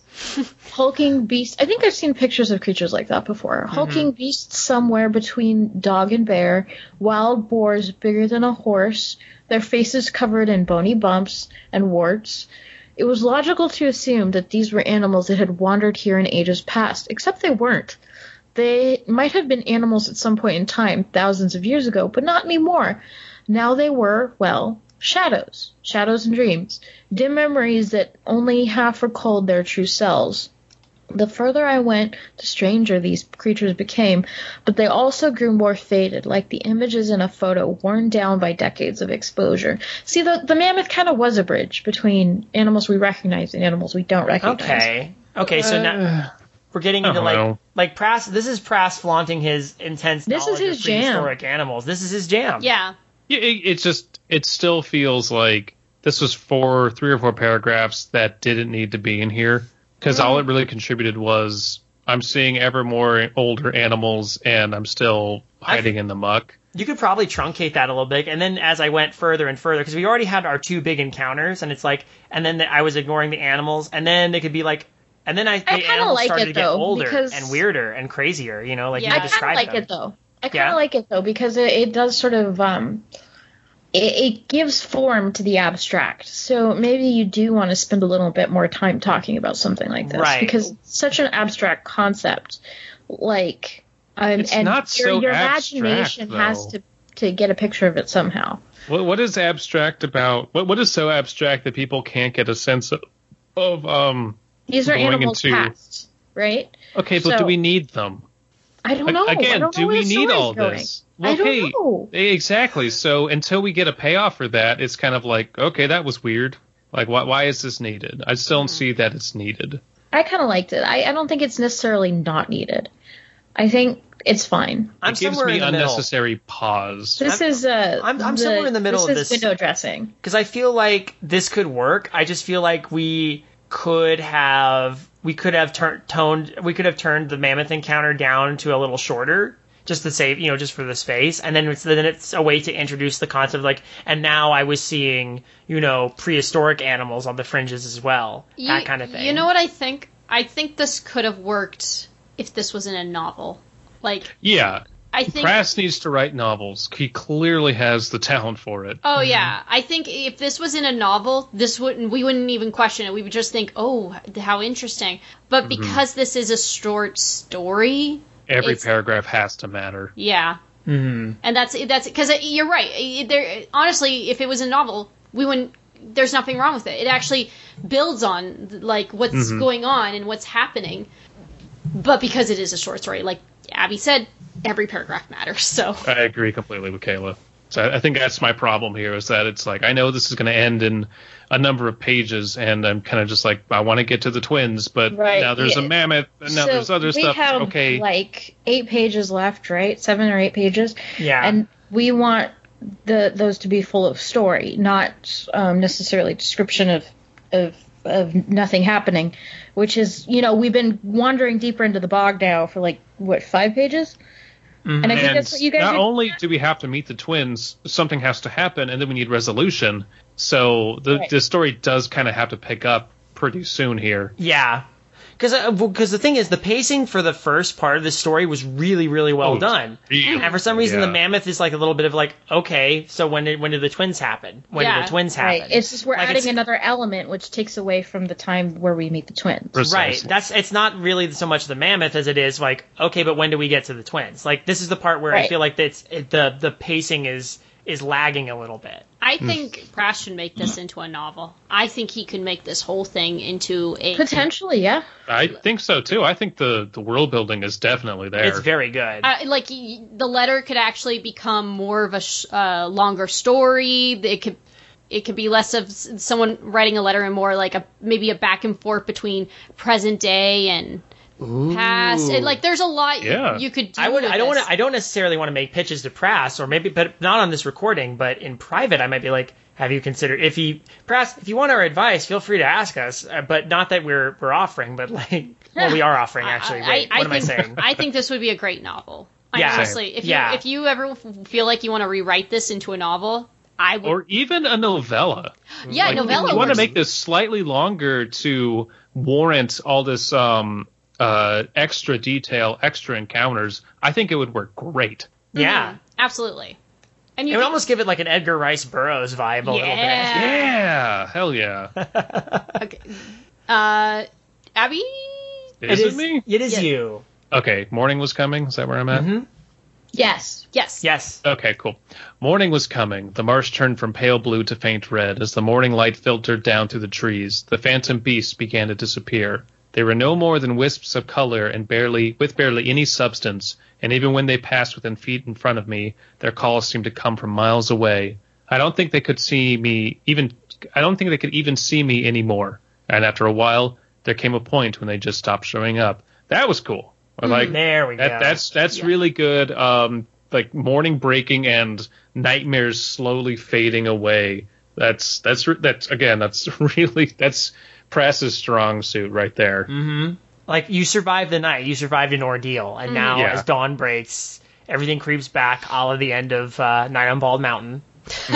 Speaker 4: Hulking beasts. I think I've seen pictures of creatures like that before. Hulking beasts somewhere between dog and bear, wild boars bigger than a horse, their faces covered in bony bumps and warts. It was logical to assume that these were animals that had wandered here in ages past, except they weren't. They might have been animals at some point in time, thousands of years ago, but not anymore. Now they were, well, shadows. Shadows and dreams. Dim memories that only half recalled their true selves. The further I went, the stranger these creatures became, but they also grew more faded, like the images in a photo worn down by decades of exposure. See, the, the mammoth kind of was a bridge between animals we recognize and animals we don't recognize.
Speaker 1: Okay. Okay, so now
Speaker 2: Uh,
Speaker 1: we're getting into
Speaker 2: I
Speaker 1: like
Speaker 2: dunno.
Speaker 1: like Prass this is Prass flaunting his intense
Speaker 4: This is
Speaker 1: knowledge
Speaker 4: his
Speaker 1: of
Speaker 4: jam.
Speaker 1: prehistoric animals. This is his jam.
Speaker 3: Yeah.
Speaker 2: it, it's just it still feels like this was four, three or four paragraphs that didn't need to be in here because all it really contributed was I'm seeing ever more older animals and I'm still hiding in the muck.
Speaker 1: You could probably truncate that a little bit and then as I went further and further because we already had our two big encounters and it's like and then the, I was ignoring the animals and then they could be like and then I, the
Speaker 4: kinda
Speaker 1: animals
Speaker 4: like
Speaker 1: started
Speaker 4: it,
Speaker 1: to get
Speaker 4: though,
Speaker 1: older
Speaker 4: because-
Speaker 1: and weirder and crazier, you know, like you
Speaker 3: Yeah.
Speaker 4: I
Speaker 3: I
Speaker 4: kind of
Speaker 1: described
Speaker 4: like
Speaker 1: them.
Speaker 4: it though. I kind of
Speaker 1: Yeah?
Speaker 4: like it though because it, it does sort of um, it, it gives form to the abstract. So maybe you do want to spend a little bit more time talking about something like this
Speaker 1: Right.
Speaker 4: because it's such an abstract concept. Like, um,
Speaker 2: It's
Speaker 4: and
Speaker 2: not
Speaker 4: your,
Speaker 2: so
Speaker 4: your
Speaker 2: abstract,
Speaker 4: imagination has
Speaker 2: though.
Speaker 4: to to get a picture of it somehow.
Speaker 2: What, what is abstract about? What, what is so abstract that people can't get a sense of? of um,
Speaker 4: These are
Speaker 2: Going
Speaker 4: animals
Speaker 2: into-
Speaker 4: past, right?
Speaker 2: okay, but
Speaker 4: So-
Speaker 2: do we need them?
Speaker 4: I don't
Speaker 2: Like,
Speaker 4: know. I
Speaker 2: Again,
Speaker 4: don't
Speaker 2: do
Speaker 4: know where
Speaker 2: we
Speaker 4: the
Speaker 2: need
Speaker 4: story's
Speaker 2: all
Speaker 4: going.
Speaker 2: this?
Speaker 4: I don't
Speaker 2: okay,
Speaker 4: know.
Speaker 2: exactly. So until we get a payoff for that, it's kind of like, okay, that was weird. Like, why, why is this needed? I still don't see that it's needed.
Speaker 4: I kind of liked it. I, I don't think it's necessarily not needed. I think it's fine.
Speaker 1: I'm
Speaker 2: it gives
Speaker 1: somewhere
Speaker 2: me
Speaker 1: in the middle.
Speaker 2: unnecessary pause.
Speaker 4: This is uh,
Speaker 1: I'm- I'm
Speaker 4: the-
Speaker 1: somewhere in the middle
Speaker 4: this
Speaker 1: of
Speaker 4: is
Speaker 1: this.
Speaker 4: window dressing.
Speaker 1: because I feel like this could work. I just feel like we could have we could have tur- toned we could have turned the mammoth encounter down to a little shorter just to save you know just for the space and then it's then it's a way to introduce the concept of like and now I was seeing you know prehistoric animals on the fringes as well that kind of thing
Speaker 3: You know what I think? I think this could have worked if this was in a novel. Like
Speaker 2: Yeah,
Speaker 3: I think.
Speaker 2: Crass needs to write novels. He clearly has the talent for it.
Speaker 3: Oh
Speaker 1: Mm-hmm.
Speaker 3: yeah, I think if this was in a novel, this wouldn't we wouldn't even question it. We would just think, "Oh, how interesting." But
Speaker 1: Mm-hmm.
Speaker 3: because this is a short story,
Speaker 2: Every
Speaker 3: it's-
Speaker 2: paragraph has to matter.
Speaker 3: yeah. and that's that's because you're right. It- There, honestly, if it was a novel, we wouldn't. There's nothing wrong with it. It actually builds on like what's going on and what's happening. But because it is a short story, like Abby said, every paragraph matters. So
Speaker 2: I agree completely with Kayla. So I I think that's my problem here is that it's like I know this is going to end in a number of pages, and I'm kind of just like I want to get to the twins, but
Speaker 4: Right,
Speaker 2: now there's a
Speaker 4: yeah.
Speaker 2: mammoth, and now
Speaker 4: So
Speaker 2: there's other
Speaker 4: we
Speaker 2: stuff.
Speaker 4: have
Speaker 2: okay,
Speaker 4: like eight pages left, right? Seven or eight pages,
Speaker 2: Ah.
Speaker 1: Yeah.
Speaker 4: and we want the those to be full of story, not um, necessarily description of of of nothing happening, which is you know we've been wandering deeper into the bog now for like what five pages, and I think
Speaker 2: Mm-hmm. and
Speaker 4: that's what you guys
Speaker 2: not
Speaker 4: are
Speaker 2: only do we have to meet the twins, something has to happen, and then we need resolution. So the
Speaker 4: Right.
Speaker 2: the story does kind of have to pick up pretty soon here.
Speaker 1: Yeah. Because because the thing is, the pacing for the first part of the story was really really well
Speaker 2: Oh,
Speaker 1: done,
Speaker 2: really?
Speaker 1: and for some reason the
Speaker 2: Yeah.
Speaker 1: mammoth is like a little bit of like, okay, so when did when did the twins happen? When did
Speaker 3: Yeah.
Speaker 1: the twins happen?
Speaker 4: Right. It's just we're
Speaker 1: Like,
Speaker 4: adding
Speaker 1: it's-
Speaker 4: another element, which takes away from the time where we meet the twins.
Speaker 1: Right.
Speaker 2: Precisely.
Speaker 1: That's it's not really so much the mammoth as it is like okay, but when do we get to the twins? Like this is the part where I
Speaker 4: Right.
Speaker 1: feel like it's it, the the pacing is is lagging a little bit.
Speaker 3: I think Prash should make this into a novel. I think he could make this whole thing into a.
Speaker 4: Potentially, yeah.
Speaker 2: I think so too. I think the the world building is definitely there.
Speaker 1: It's very good.
Speaker 3: Uh, like y- the letter could actually become more of a sh- uh, longer story. It could it could be less of s- someone writing a letter and more like a maybe a back and forth between present day and past. And, like there's a lot y-
Speaker 2: Yeah.
Speaker 3: you could do.
Speaker 1: I would.
Speaker 3: with
Speaker 1: I don't want
Speaker 3: this.
Speaker 1: to. I don't necessarily want to make pitches to Prass, or maybe, but not on this recording. But in private, I might be like, "Have you considered if he Prass? If you want our advice, feel free to ask us. Uh, but not that we're we're offering, but like, well, we are offering actually. Wait, what am I
Speaker 3: think,
Speaker 1: saying?
Speaker 3: I think this would be a great novel. I
Speaker 1: Yeah.
Speaker 3: honestly, if
Speaker 1: Yeah.
Speaker 3: you if you ever f- feel like you want to rewrite this into a novel, I would.
Speaker 2: or even a novella.
Speaker 3: yeah,
Speaker 2: Like,
Speaker 3: novella.
Speaker 2: You want to
Speaker 3: works.
Speaker 2: make this slightly longer to warrant all this um, uh, extra detail, extra encounters. I think it would work great.
Speaker 1: yeah,
Speaker 3: Mm-hmm. absolutely. And
Speaker 1: it
Speaker 3: you
Speaker 1: would
Speaker 3: can-
Speaker 1: almost give it like an Edgar Rice Burroughs vibe a little bit.
Speaker 3: Yeah.
Speaker 2: Yeah, hell yeah.
Speaker 3: Okay. Uh, Abby.
Speaker 2: Is it, me?
Speaker 1: It is
Speaker 3: Yeah.
Speaker 1: you.
Speaker 2: Okay, morning was coming. Is that where I'm at?
Speaker 4: Yes.
Speaker 3: Yes.
Speaker 1: Yes.
Speaker 2: Okay, cool. Morning was coming. The marsh turned from pale blue to faint red as the morning light filtered down through the trees. The phantom beasts began to disappear. They were no more than wisps of color and barely with barely any substance, and even when they passed within feet in front of me, their calls seemed to come from miles away. I don't think they could see me even I don't think they could even see me anymore. And after a while, there came a point when they just stopped showing up. That was cool. I Like
Speaker 1: There we
Speaker 2: that,
Speaker 1: go.
Speaker 2: That's that's
Speaker 3: Yeah.
Speaker 2: really good. Um, like morning breaking and nightmares slowly fading away. That's that's re- that's again. That's really that's Press's strong suit right there.
Speaker 1: like you survived the night. You survived an ordeal, and now
Speaker 2: Yeah.
Speaker 1: as dawn breaks, everything creeps back, all of the end of uh, Night on Bald Mountain.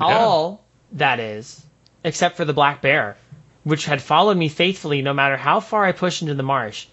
Speaker 1: All that is, except for the black bear, which had followed me faithfully no matter how far I pushed into the marsh.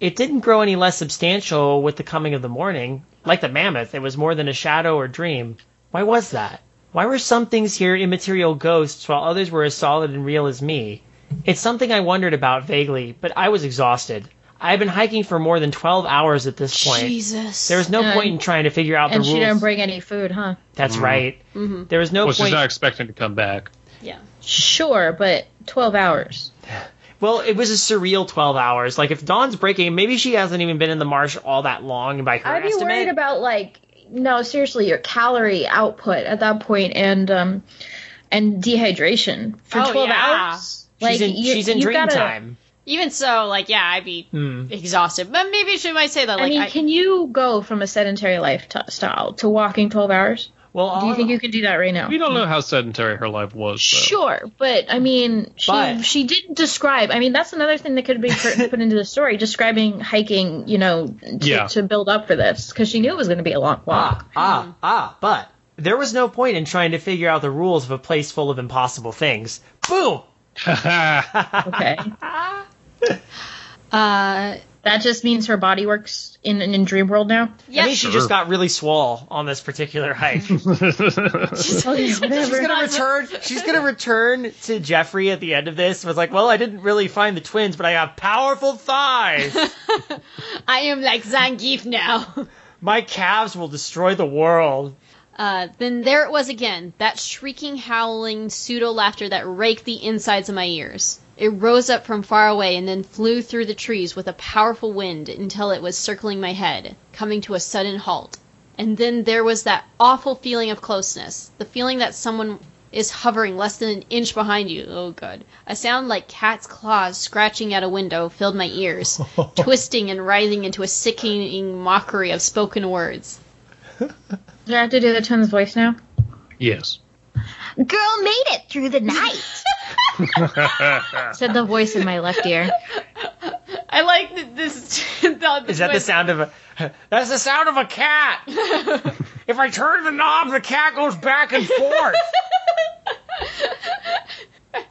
Speaker 1: It didn't grow any less substantial with the coming of the morning. Like the mammoth, it was more than a shadow or dream. Why was that? Why were some things here immaterial ghosts while others were as solid and real as me? It's something I wondered about vaguely, but I was exhausted. I had been hiking for more than 12 hours at this point.
Speaker 3: Jesus.
Speaker 1: There was no
Speaker 4: And-
Speaker 1: point in trying to figure out
Speaker 4: And
Speaker 1: the
Speaker 4: she
Speaker 1: rules.
Speaker 4: didn't Mm-hmm. bring any food, huh?
Speaker 1: That's right. There was no
Speaker 2: Mm-hmm.
Speaker 1: point.
Speaker 2: Well, she's not expecting to come back.
Speaker 3: Yeah.
Speaker 4: Sure, but 12 hours.
Speaker 1: Well, it was a surreal 12 hours. Like, if Dawn's breaking, maybe she hasn't even been in the marsh all that long by her
Speaker 4: I'd be
Speaker 1: estimate.
Speaker 4: worried about like no, seriously, your calorie output at that point and um and dehydration for
Speaker 3: Oh,
Speaker 4: 12
Speaker 3: yeah.
Speaker 4: hours.
Speaker 1: she's in,
Speaker 4: you-
Speaker 1: she's in
Speaker 4: you
Speaker 1: dream
Speaker 4: gotta-
Speaker 1: time.
Speaker 3: Even so, like, yeah, I'd be
Speaker 1: Hmm.
Speaker 3: exhausted. But maybe she might say that,
Speaker 4: I
Speaker 3: like,
Speaker 4: mean,
Speaker 3: I,
Speaker 4: can you go from a sedentary lifestyle to walking 12 hours?
Speaker 1: Well, all,
Speaker 4: Do you think you can do that right now?
Speaker 2: We don't know how sedentary her life was. though.
Speaker 4: Sure, but I mean, she
Speaker 1: But-
Speaker 4: she did describe. I mean, that's another thing that could be put put into the story, describing hiking, you know, to,
Speaker 2: Yeah.
Speaker 4: to build up for this, because she knew it was going to be a long walk.
Speaker 1: ah, ah, ah, but there was no point in trying to figure out the rules of a place full of impossible things. Boom!
Speaker 4: Okay,
Speaker 3: uh,
Speaker 4: that just means her body works in in dream world now.
Speaker 1: I
Speaker 3: yeah,
Speaker 1: think she just got really swole on this particular hike. she's
Speaker 4: Okay, whatever.
Speaker 1: gonna return. She's gonna return to Jeffrey at the end of this. And was like, well, I didn't really find the twins, but I have powerful thighs.
Speaker 3: I am like Zangief now.
Speaker 1: My calves will destroy the world.
Speaker 3: Uh, then there it was again, that shrieking, howling pseudo laughter that raked the insides of my ears. It rose up from far away and then flew through the trees with a powerful wind until it was circling my head, coming to a sudden halt. And then there was that awful feeling of closeness, the feeling that someone is hovering less than an inch behind you. Oh, good. A sound like cat's claws scratching at a window filled my ears, twisting and writhing into a sickening mockery of spoken words.
Speaker 4: Do I have to do the twins' voice now?
Speaker 2: Yes.
Speaker 4: Girl made it through the night, said the voice in my left ear.
Speaker 3: I like that this. the,
Speaker 1: Is that the sound of a? That's the sound of a cat. if I turn the knob, the cat goes back and forth.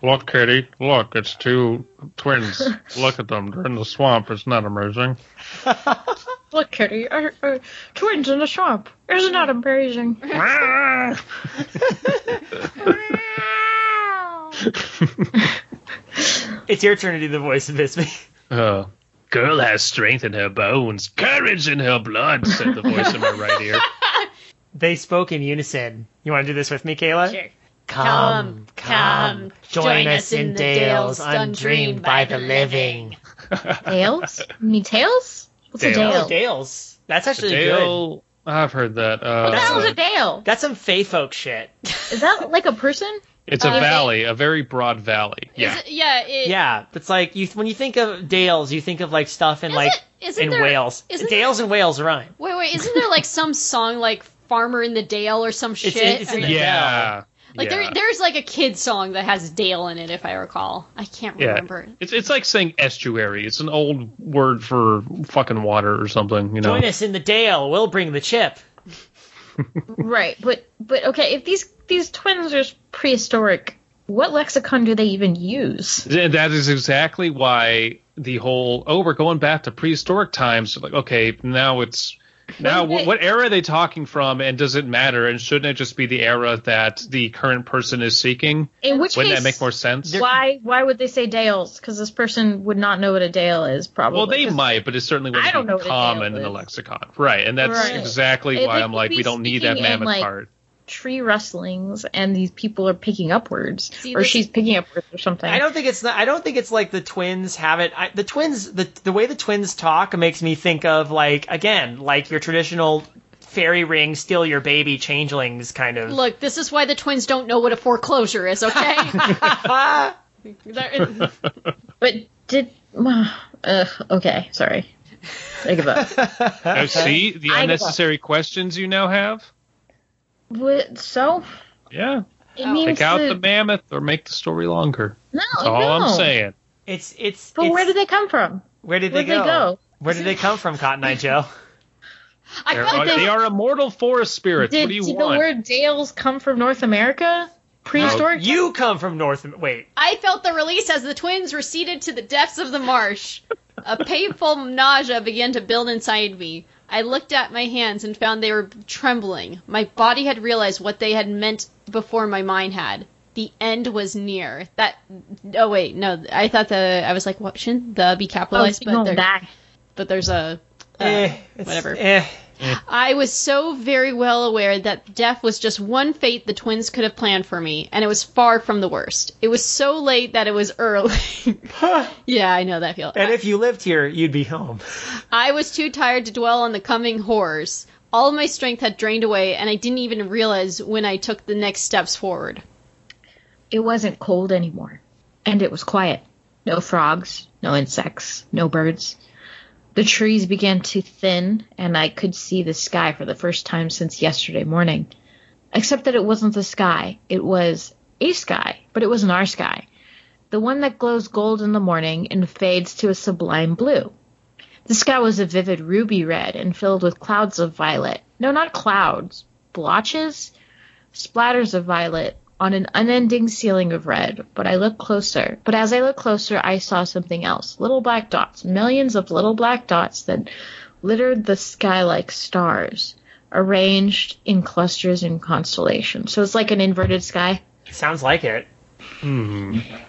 Speaker 2: Look, Kitty. Look, it's two twins. Look at them. They're in the swamp. It's not amazing.
Speaker 4: Look, Kitty, our, our twins in the swamp. Isn't that embarrassing?
Speaker 1: It's your turn to do the voice of Bisbee.
Speaker 2: Uh, Girl has strength in her bones, courage in her blood, said the voice in my right ear.
Speaker 1: They spoke in unison. You want to do this with me, Kayla?
Speaker 3: Sure.
Speaker 1: Come, come, join us in dales undreamed by the living.
Speaker 4: Tails? You mean tails? What's a
Speaker 2: Dale.
Speaker 4: dale?
Speaker 1: Oh, dales. That's actually good.
Speaker 2: Dale, I've heard that. Uh,
Speaker 4: What the hell's a dale?
Speaker 1: That's some Fey folk shit.
Speaker 4: Is that like a person?
Speaker 2: it's a
Speaker 3: Uh,
Speaker 2: valley, a very broad valley. Yeah.
Speaker 3: Is it, yeah. It,
Speaker 1: Yeah, it's like you when you think of dales, you think of like stuff in like
Speaker 3: it- isn't
Speaker 1: in
Speaker 3: there-
Speaker 1: Wales.
Speaker 3: isn't
Speaker 1: Dales and Wales rhyme.
Speaker 3: Wait, wait. Isn't there like some song like "Farmer in the Dale" or some shit?
Speaker 1: It's in- it's in
Speaker 3: I
Speaker 1: the-
Speaker 3: mean,
Speaker 2: yeah.
Speaker 3: Like
Speaker 2: yeah.
Speaker 3: there, there's like a kid song that has Dale in it, if I recall. I can't
Speaker 2: Yeah.
Speaker 3: remember.
Speaker 2: It's, it's like saying estuary. It's an old word for fucking water or something, you know.
Speaker 1: Join us in the dale. We'll bring the chip.
Speaker 4: Right, but but okay, if these these twins are prehistoric, what lexicon do they even use?
Speaker 2: And that is exactly why the whole oh we're going back to prehistoric times like okay now it's now
Speaker 4: Wasn't
Speaker 2: what,
Speaker 4: it-
Speaker 2: what era are they talking from and does it matter and shouldn't it just be the era that the current person is seeking
Speaker 4: In which
Speaker 2: wouldn't
Speaker 4: case,
Speaker 2: that make more sense
Speaker 4: why why would they say dales? Because this person would not know what a dale is, probably.
Speaker 2: well they
Speaker 4: 'Cause
Speaker 2: might but it certainly
Speaker 4: I don't
Speaker 2: wouldn't
Speaker 4: know
Speaker 2: be
Speaker 4: what a
Speaker 2: common
Speaker 4: dale
Speaker 2: in the
Speaker 4: is.
Speaker 2: lexicon right and that's
Speaker 4: Right.
Speaker 2: exactly
Speaker 4: It
Speaker 2: why
Speaker 4: would
Speaker 2: i'm like
Speaker 4: be
Speaker 2: we don't need that
Speaker 4: speaking in,
Speaker 2: mammoth
Speaker 4: like-
Speaker 2: part
Speaker 4: Tree rustlings, and these people are picking up words,
Speaker 3: See,
Speaker 4: or
Speaker 3: this-
Speaker 4: she's picking up words or something.
Speaker 1: I don't think it's not, I don't think it's like the twins have it. I, the twins the the way the twins talk makes me think of like again like your traditional fairy ring steal your baby changelings kind of.
Speaker 3: Look, this is why the twins don't know what a foreclosure is. Okay.
Speaker 2: Oh,
Speaker 1: Ah!
Speaker 3: They're-
Speaker 4: But did uh, okay? Sorry, I give up.
Speaker 2: now, see the
Speaker 4: I know.
Speaker 2: unnecessary questions you now have
Speaker 4: what, so
Speaker 2: yeah
Speaker 4: it
Speaker 3: Oh.
Speaker 4: means
Speaker 2: take out
Speaker 4: that-
Speaker 2: the mammoth or make the story longer
Speaker 4: no,
Speaker 2: that's all i'm
Speaker 4: Oh, no.
Speaker 2: saying
Speaker 1: it's it's.
Speaker 4: But
Speaker 1: it's-
Speaker 4: where did they come from?
Speaker 1: where did
Speaker 4: Where
Speaker 1: they
Speaker 4: did
Speaker 1: go?
Speaker 4: they go?
Speaker 1: Where did they come from, Cotton Eye Joe?
Speaker 3: I
Speaker 2: They're
Speaker 3: feel
Speaker 2: like-
Speaker 3: like
Speaker 2: they are immortal forest spirits.
Speaker 4: Did,
Speaker 2: what do you
Speaker 4: did the
Speaker 2: want?
Speaker 4: word Dales come from North America? Prehistoric?
Speaker 1: You come from North. Wait,
Speaker 3: I felt the release as the twins receded to the depths of the marsh. A painful nausea began to build inside me. I looked at my hands and found they were trembling. My body had realized what they had meant before my mind had. The end was near. That. Oh wait, no. I thought the. I was like, what shouldn't the be
Speaker 4: Oh,
Speaker 3: capitalized?
Speaker 4: signal
Speaker 3: but, there,
Speaker 4: back.
Speaker 3: but there's a. uh,
Speaker 1: eh, it's-
Speaker 3: whatever.
Speaker 1: eh.
Speaker 3: I was so very well aware that death was just one fate the twins could have planned for me, and it was far from the worst. It was so late that it was early. yeah, I know that feeling.
Speaker 1: And if you lived here, you'd be home.
Speaker 3: I was too tired to dwell on the coming horrors. All my strength had drained away, and I didn't even realize when I took the next steps forward.
Speaker 4: It wasn't cold anymore, and it was quiet. No frogs, no insects, no birds. The trees began to thin, and I could see the sky for the first time since yesterday morning. Except that it wasn't the sky, it was a sky, but it wasn't our sky. The one that glows gold in the morning and fades to a sublime blue. The sky was a vivid ruby red and filled with clouds of violet. No, not clouds, blotches? splatters of violet on an unending ceiling of red, but I looked closer. But as I looked closer, I saw something else. Little black dots, millions of little black dots that littered the sky like stars, arranged in clusters and constellations. So it's like an inverted sky.
Speaker 1: Sounds like it.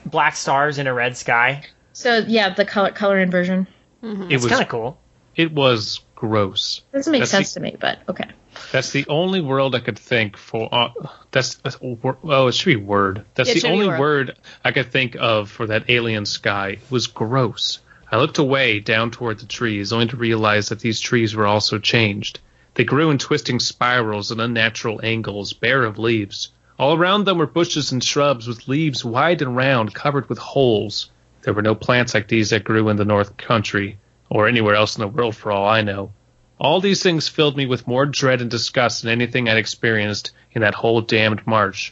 Speaker 1: Black stars in a red sky.
Speaker 4: So yeah, the color color inversion.
Speaker 2: it was
Speaker 1: It's kind of cool.
Speaker 2: it was gross.
Speaker 4: Doesn't make
Speaker 2: That's
Speaker 4: sense to me, but okay.
Speaker 2: That's the only world I could think for. Uh, that's, that's oh, it should be word. That's
Speaker 3: Yeah, it
Speaker 2: the
Speaker 3: should be
Speaker 2: only
Speaker 3: word.
Speaker 2: word I could think of for that alien sky. It was gross. I looked away down toward the trees, only to realize that these trees were also changed. They grew in twisting spirals and unnatural angles, bare of leaves. All around them were bushes and shrubs with leaves wide and round, covered with holes. There were no plants like these that grew in the North Country, or anywhere else in the world for all I know. All these things filled me with more dread and disgust than anything I'd experienced in that whole damned march.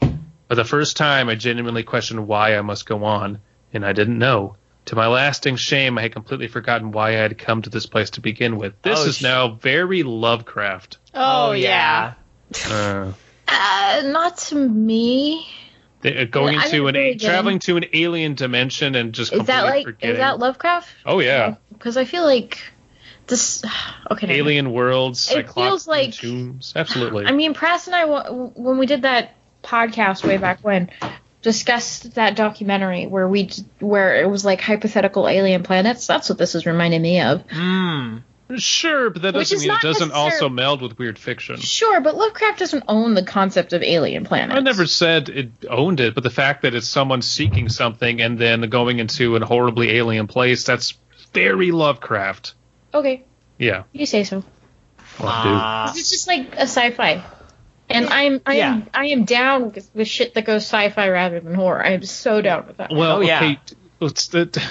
Speaker 2: For the first time, I genuinely questioned why I must go on, and I didn't know. To my lasting shame, I had completely forgotten why I had come to this place to begin with. This
Speaker 1: Oh,
Speaker 2: is
Speaker 1: sh-
Speaker 2: now very Lovecraft.
Speaker 3: Oh,
Speaker 2: Uh,
Speaker 4: Uh, not to me.
Speaker 2: they- uh, going
Speaker 4: I
Speaker 2: into
Speaker 4: didn't
Speaker 2: an
Speaker 4: really
Speaker 2: a-
Speaker 4: get it.
Speaker 2: traveling to an alien dimension and just
Speaker 4: Is that
Speaker 2: completely
Speaker 4: like
Speaker 2: forgetting.
Speaker 4: is that Lovecraft?
Speaker 2: oh yeah,
Speaker 4: Because I feel like this. Okay. never mind.
Speaker 2: alien worlds,
Speaker 4: It
Speaker 2: Cyclopean
Speaker 4: feels like-
Speaker 2: tombs. Absolutely.
Speaker 4: I mean, Press and I, wa- when we did that podcast way back when, discussed that documentary where we d- where it was like hypothetical alien planets. That's what this is reminding me of.
Speaker 1: Mm.
Speaker 2: sure, but that
Speaker 4: Which
Speaker 2: doesn't
Speaker 4: is
Speaker 2: mean it
Speaker 4: not
Speaker 2: doesn't also
Speaker 4: necessarily-
Speaker 2: meld with weird fiction.
Speaker 4: Sure, but Lovecraft doesn't own the concept of alien planets.
Speaker 2: I never said it owned it, but the fact that it's someone seeking something and then going into an horribly alien place, that's very Lovecraft.
Speaker 4: Okay,
Speaker 2: Yeah.
Speaker 4: you say so.
Speaker 2: Well, dude.
Speaker 1: Ah.
Speaker 4: This is just like a sci-fi, and I'm I am
Speaker 1: Yeah.
Speaker 4: I am down with, with shit that goes sci-fi rather than horror. I am so down with that.
Speaker 2: Well,
Speaker 1: Oh, yeah.
Speaker 2: okay. It's the,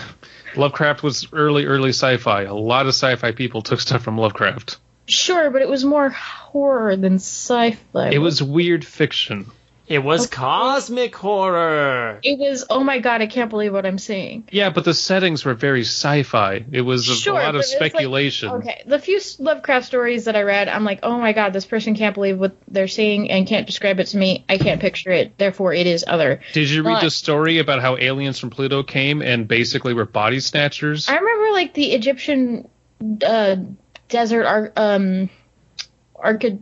Speaker 2: Lovecraft was early, early sci fi. A lot of sci fi people took stuff from Lovecraft.
Speaker 4: Sure, but it was more horror than sci-fi.
Speaker 2: It was weird fiction.
Speaker 1: It was cosmic horror.
Speaker 4: It was. Oh my god! I can't believe what I'm seeing.
Speaker 2: Yeah, but the settings were very sci fi. It was a,
Speaker 4: Sure,
Speaker 2: lot
Speaker 4: but
Speaker 2: of
Speaker 4: it's like-
Speaker 2: speculation.
Speaker 4: Okay, the few Lovecraft stories that I read, I'm like, oh my god, this person can't believe what they're seeing and can't describe it to me. I can't picture it, therefore it is other.
Speaker 2: Did you read
Speaker 4: But-
Speaker 2: the story about how aliens from Pluto came and basically were body snatchers?
Speaker 4: I remember like the Egyptian uh, desert ar- um, archi-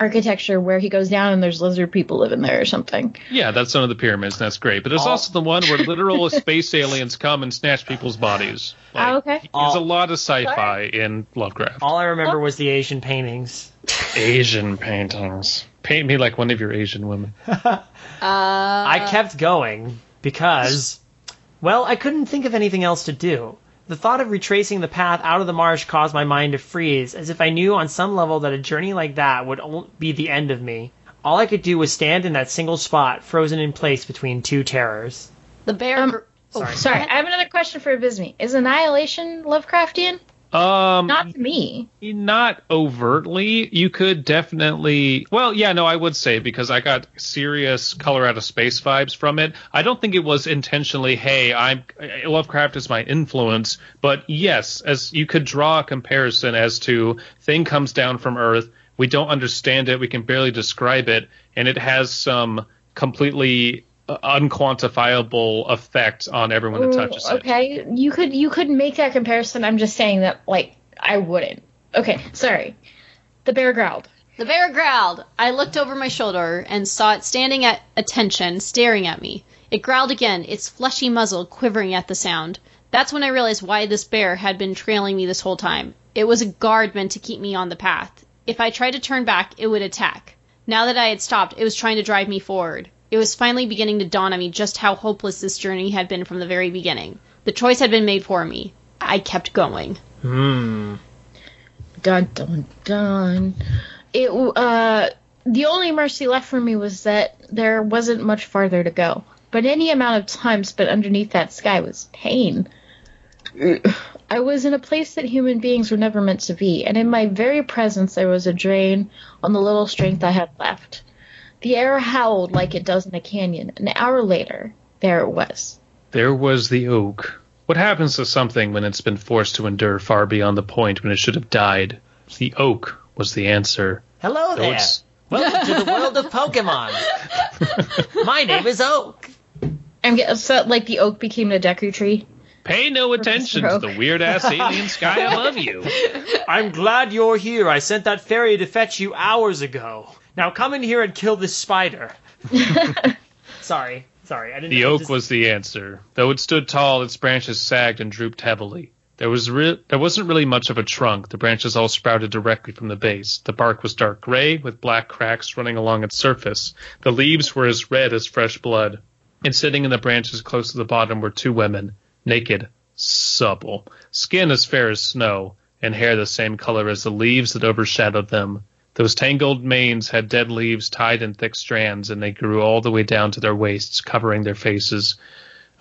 Speaker 4: architecture where he goes down and there's lizard people living there or something.
Speaker 2: Yeah, that's one of the pyramids. And that's great. But there's
Speaker 1: All-
Speaker 2: also the one where literal space aliens come and snatch people's bodies. Like,
Speaker 4: oh, okay.
Speaker 2: There's a
Speaker 1: All-
Speaker 2: lot of sci-fi in Lovecraft.
Speaker 1: All I remember was the Asian paintings.
Speaker 2: Asian paintings. Paint me like one of your Asian women.
Speaker 3: Uh,
Speaker 1: I kept going because, well, I couldn't think of anything else to do. The thought of retracing the path out of the marsh caused my mind to freeze, as if I knew on some level that a journey like that would on- be the end of me. All I could do was stand in that single spot, frozen in place between two terrors.
Speaker 3: The bear.
Speaker 4: Um,
Speaker 3: gr- oh, sorry.
Speaker 4: Sorry, I have another question for Abysme. Is Annihilation Lovecraftian?
Speaker 2: Um, not,
Speaker 4: Not to me.
Speaker 2: overtly. You could definitely. Well, yeah, no, I would say because I got serious color out of space vibes from it. I don't think it was intentionally. Hey, I'm Lovecraft is my influence, but yes, as you could draw a comparison as to thing comes down from Earth. We don't understand it. We can barely describe it, and it has some completely uh, unquantifiable effect on everyone that touches
Speaker 4: Ooh,
Speaker 2: it.
Speaker 4: okay, you could you could make that comparison. I'm just saying that like I wouldn't. Okay, sorry. The bear growled.
Speaker 3: The bear growled. I looked over my shoulder and saw it standing at attention, staring at me. It growled again, its fleshy muzzle quivering at the sound. That's when I realized why this bear had been trailing me this whole time. It was a guard meant to keep me on the path. If I tried to turn back, it would attack. Now that I had stopped, it was trying to drive me forward. It was finally beginning to dawn on me just how hopeless this journey had been from the very beginning. The choice had been made for me. I kept going.
Speaker 4: Dun dun dun. It uh the only mercy left for me was that there wasn't much farther to go. But any amount of time spent underneath that sky was pain. I was in a place that human beings were never meant to be, and in my very presence there was a drain on the little strength I had left. The air howled like it does in a canyon. An hour later, there it was.
Speaker 2: There was the oak. What happens to something when it's been forced to endure far beyond the point when it should have died? The oak was the answer.
Speaker 1: Hello
Speaker 2: Though
Speaker 1: there.
Speaker 2: it's-
Speaker 1: Welcome to the world of Pokemon. my name is Oak.
Speaker 4: I'm get- so like the oak became the Deku tree.
Speaker 2: Pay no attention to
Speaker 4: Oak.
Speaker 2: the weird ass alien sky above you.
Speaker 1: I'm glad you're here. I sent that fairy to fetch you hours ago. Now come in here and kill this spider. sorry, sorry. I didn't.
Speaker 2: The oak
Speaker 1: just-
Speaker 2: was the answer. Though it stood tall, its branches sagged and drooped heavily. There was re- there wasn't really much of a trunk. The branches all sprouted directly from the base. The bark was dark gray with black cracks running along its surface. The leaves were as red as fresh blood. And sitting in the branches close to the bottom were two women, naked, supple, skin as fair as snow, and hair the same color as the leaves that overshadowed them. Those tangled manes had dead leaves tied in thick strands, and they grew all the way down to their waists, covering their faces.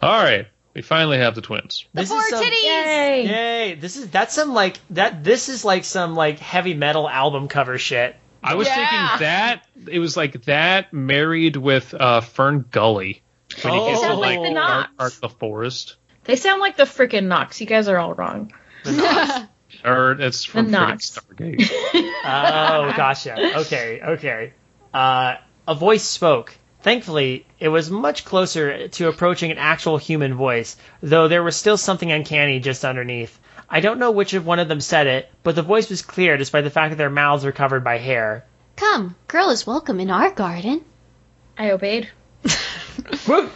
Speaker 2: All right, we finally have the twins.
Speaker 3: The
Speaker 1: This
Speaker 3: four
Speaker 1: is some-
Speaker 3: titties.
Speaker 4: Yay!
Speaker 1: Yay! This is that's some like that. This is like some like heavy metal album cover shit.
Speaker 2: I was
Speaker 3: Yeah.
Speaker 2: thinking that it was like that married with uh, Fern Gully. When you
Speaker 1: Oh.
Speaker 2: get to,
Speaker 1: Sounds
Speaker 4: like
Speaker 2: Dark
Speaker 4: the Knots.
Speaker 2: Dark the Forest,
Speaker 4: They sound like the frickin' Knox. You guys are all wrong.
Speaker 2: or it's from freaking
Speaker 4: Knots.
Speaker 2: Stargate.
Speaker 1: Oh, gotcha. Okay, okay. Uh, a voice spoke. Thankfully, it was much closer to approaching an actual human voice, though there was still something uncanny just underneath. I don't know which of one of them said it, but the voice was clear despite the fact that their mouths were covered by hair.
Speaker 3: Come, girl is welcome in our garden.
Speaker 4: I obeyed.
Speaker 1: Woo!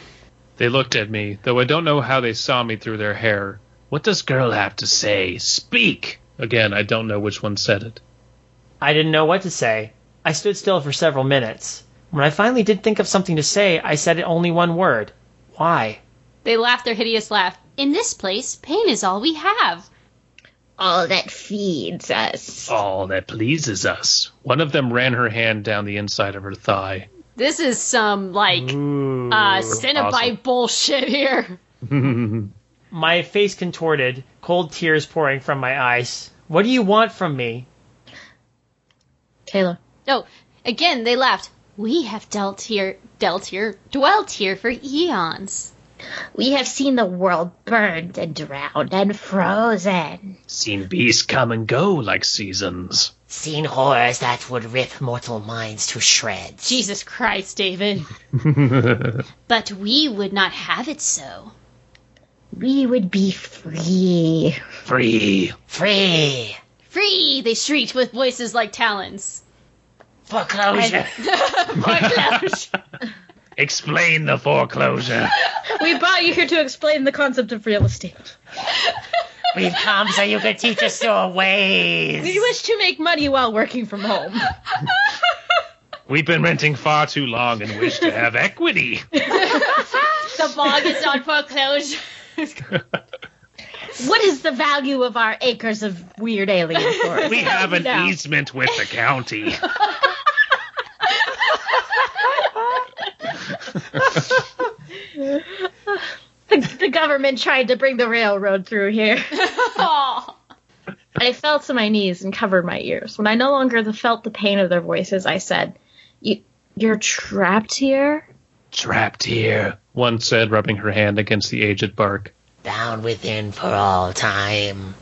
Speaker 2: They looked at me, though I don't know how they saw me through their hair. What does girl have to say? Speak! Again, I don't know which one said it.
Speaker 1: I didn't know what to say. I stood still for several minutes. When I finally did think of something to say, I said only one word. Why?
Speaker 3: They laughed their hideous laugh. In this place, pain is all we have.
Speaker 4: All that feeds us.
Speaker 2: All that pleases us. One of them ran her hand down the inside of her thigh.
Speaker 3: This is some like
Speaker 1: Ooh.
Speaker 3: uh Cenobite
Speaker 2: awesome.
Speaker 3: bullshit here.
Speaker 1: my face contorted, cold tears pouring from my eyes. What do you want from me?
Speaker 4: Taylor.
Speaker 3: No, again they laughed. We have dealt here, dealt here, dwelt here for eons.
Speaker 4: We have seen the world burned and drowned and frozen.
Speaker 2: Seen beasts come and go like seasons.
Speaker 5: seen horrors that would rip mortal minds to shreds.
Speaker 3: Jesus Christ, David. but we would not have it so.
Speaker 4: We would be free.
Speaker 2: Free.
Speaker 5: Free!
Speaker 3: Free! They shrieked with voices like talons.
Speaker 5: Foreclosure!
Speaker 2: Explain the foreclosure.
Speaker 4: We brought you here to explain the concept of real estate.
Speaker 5: We've come so you could teach us your ways!
Speaker 4: We wish to make money while working from home.
Speaker 2: We've been renting far too long and wish to have equity.
Speaker 3: The bog is on foreclosure.
Speaker 4: what is the value of our acres of weird alien forest?
Speaker 2: We have an
Speaker 4: No.
Speaker 2: easement with the county.
Speaker 4: the, the government tried to bring the railroad through here.
Speaker 3: Aw.
Speaker 4: I fell to my knees and covered my ears. When I no longer felt the pain of their voices, I said, you, You're trapped here?
Speaker 2: Trapped here, one said, rubbing her hand against the aged bark.
Speaker 5: Bound within for all time.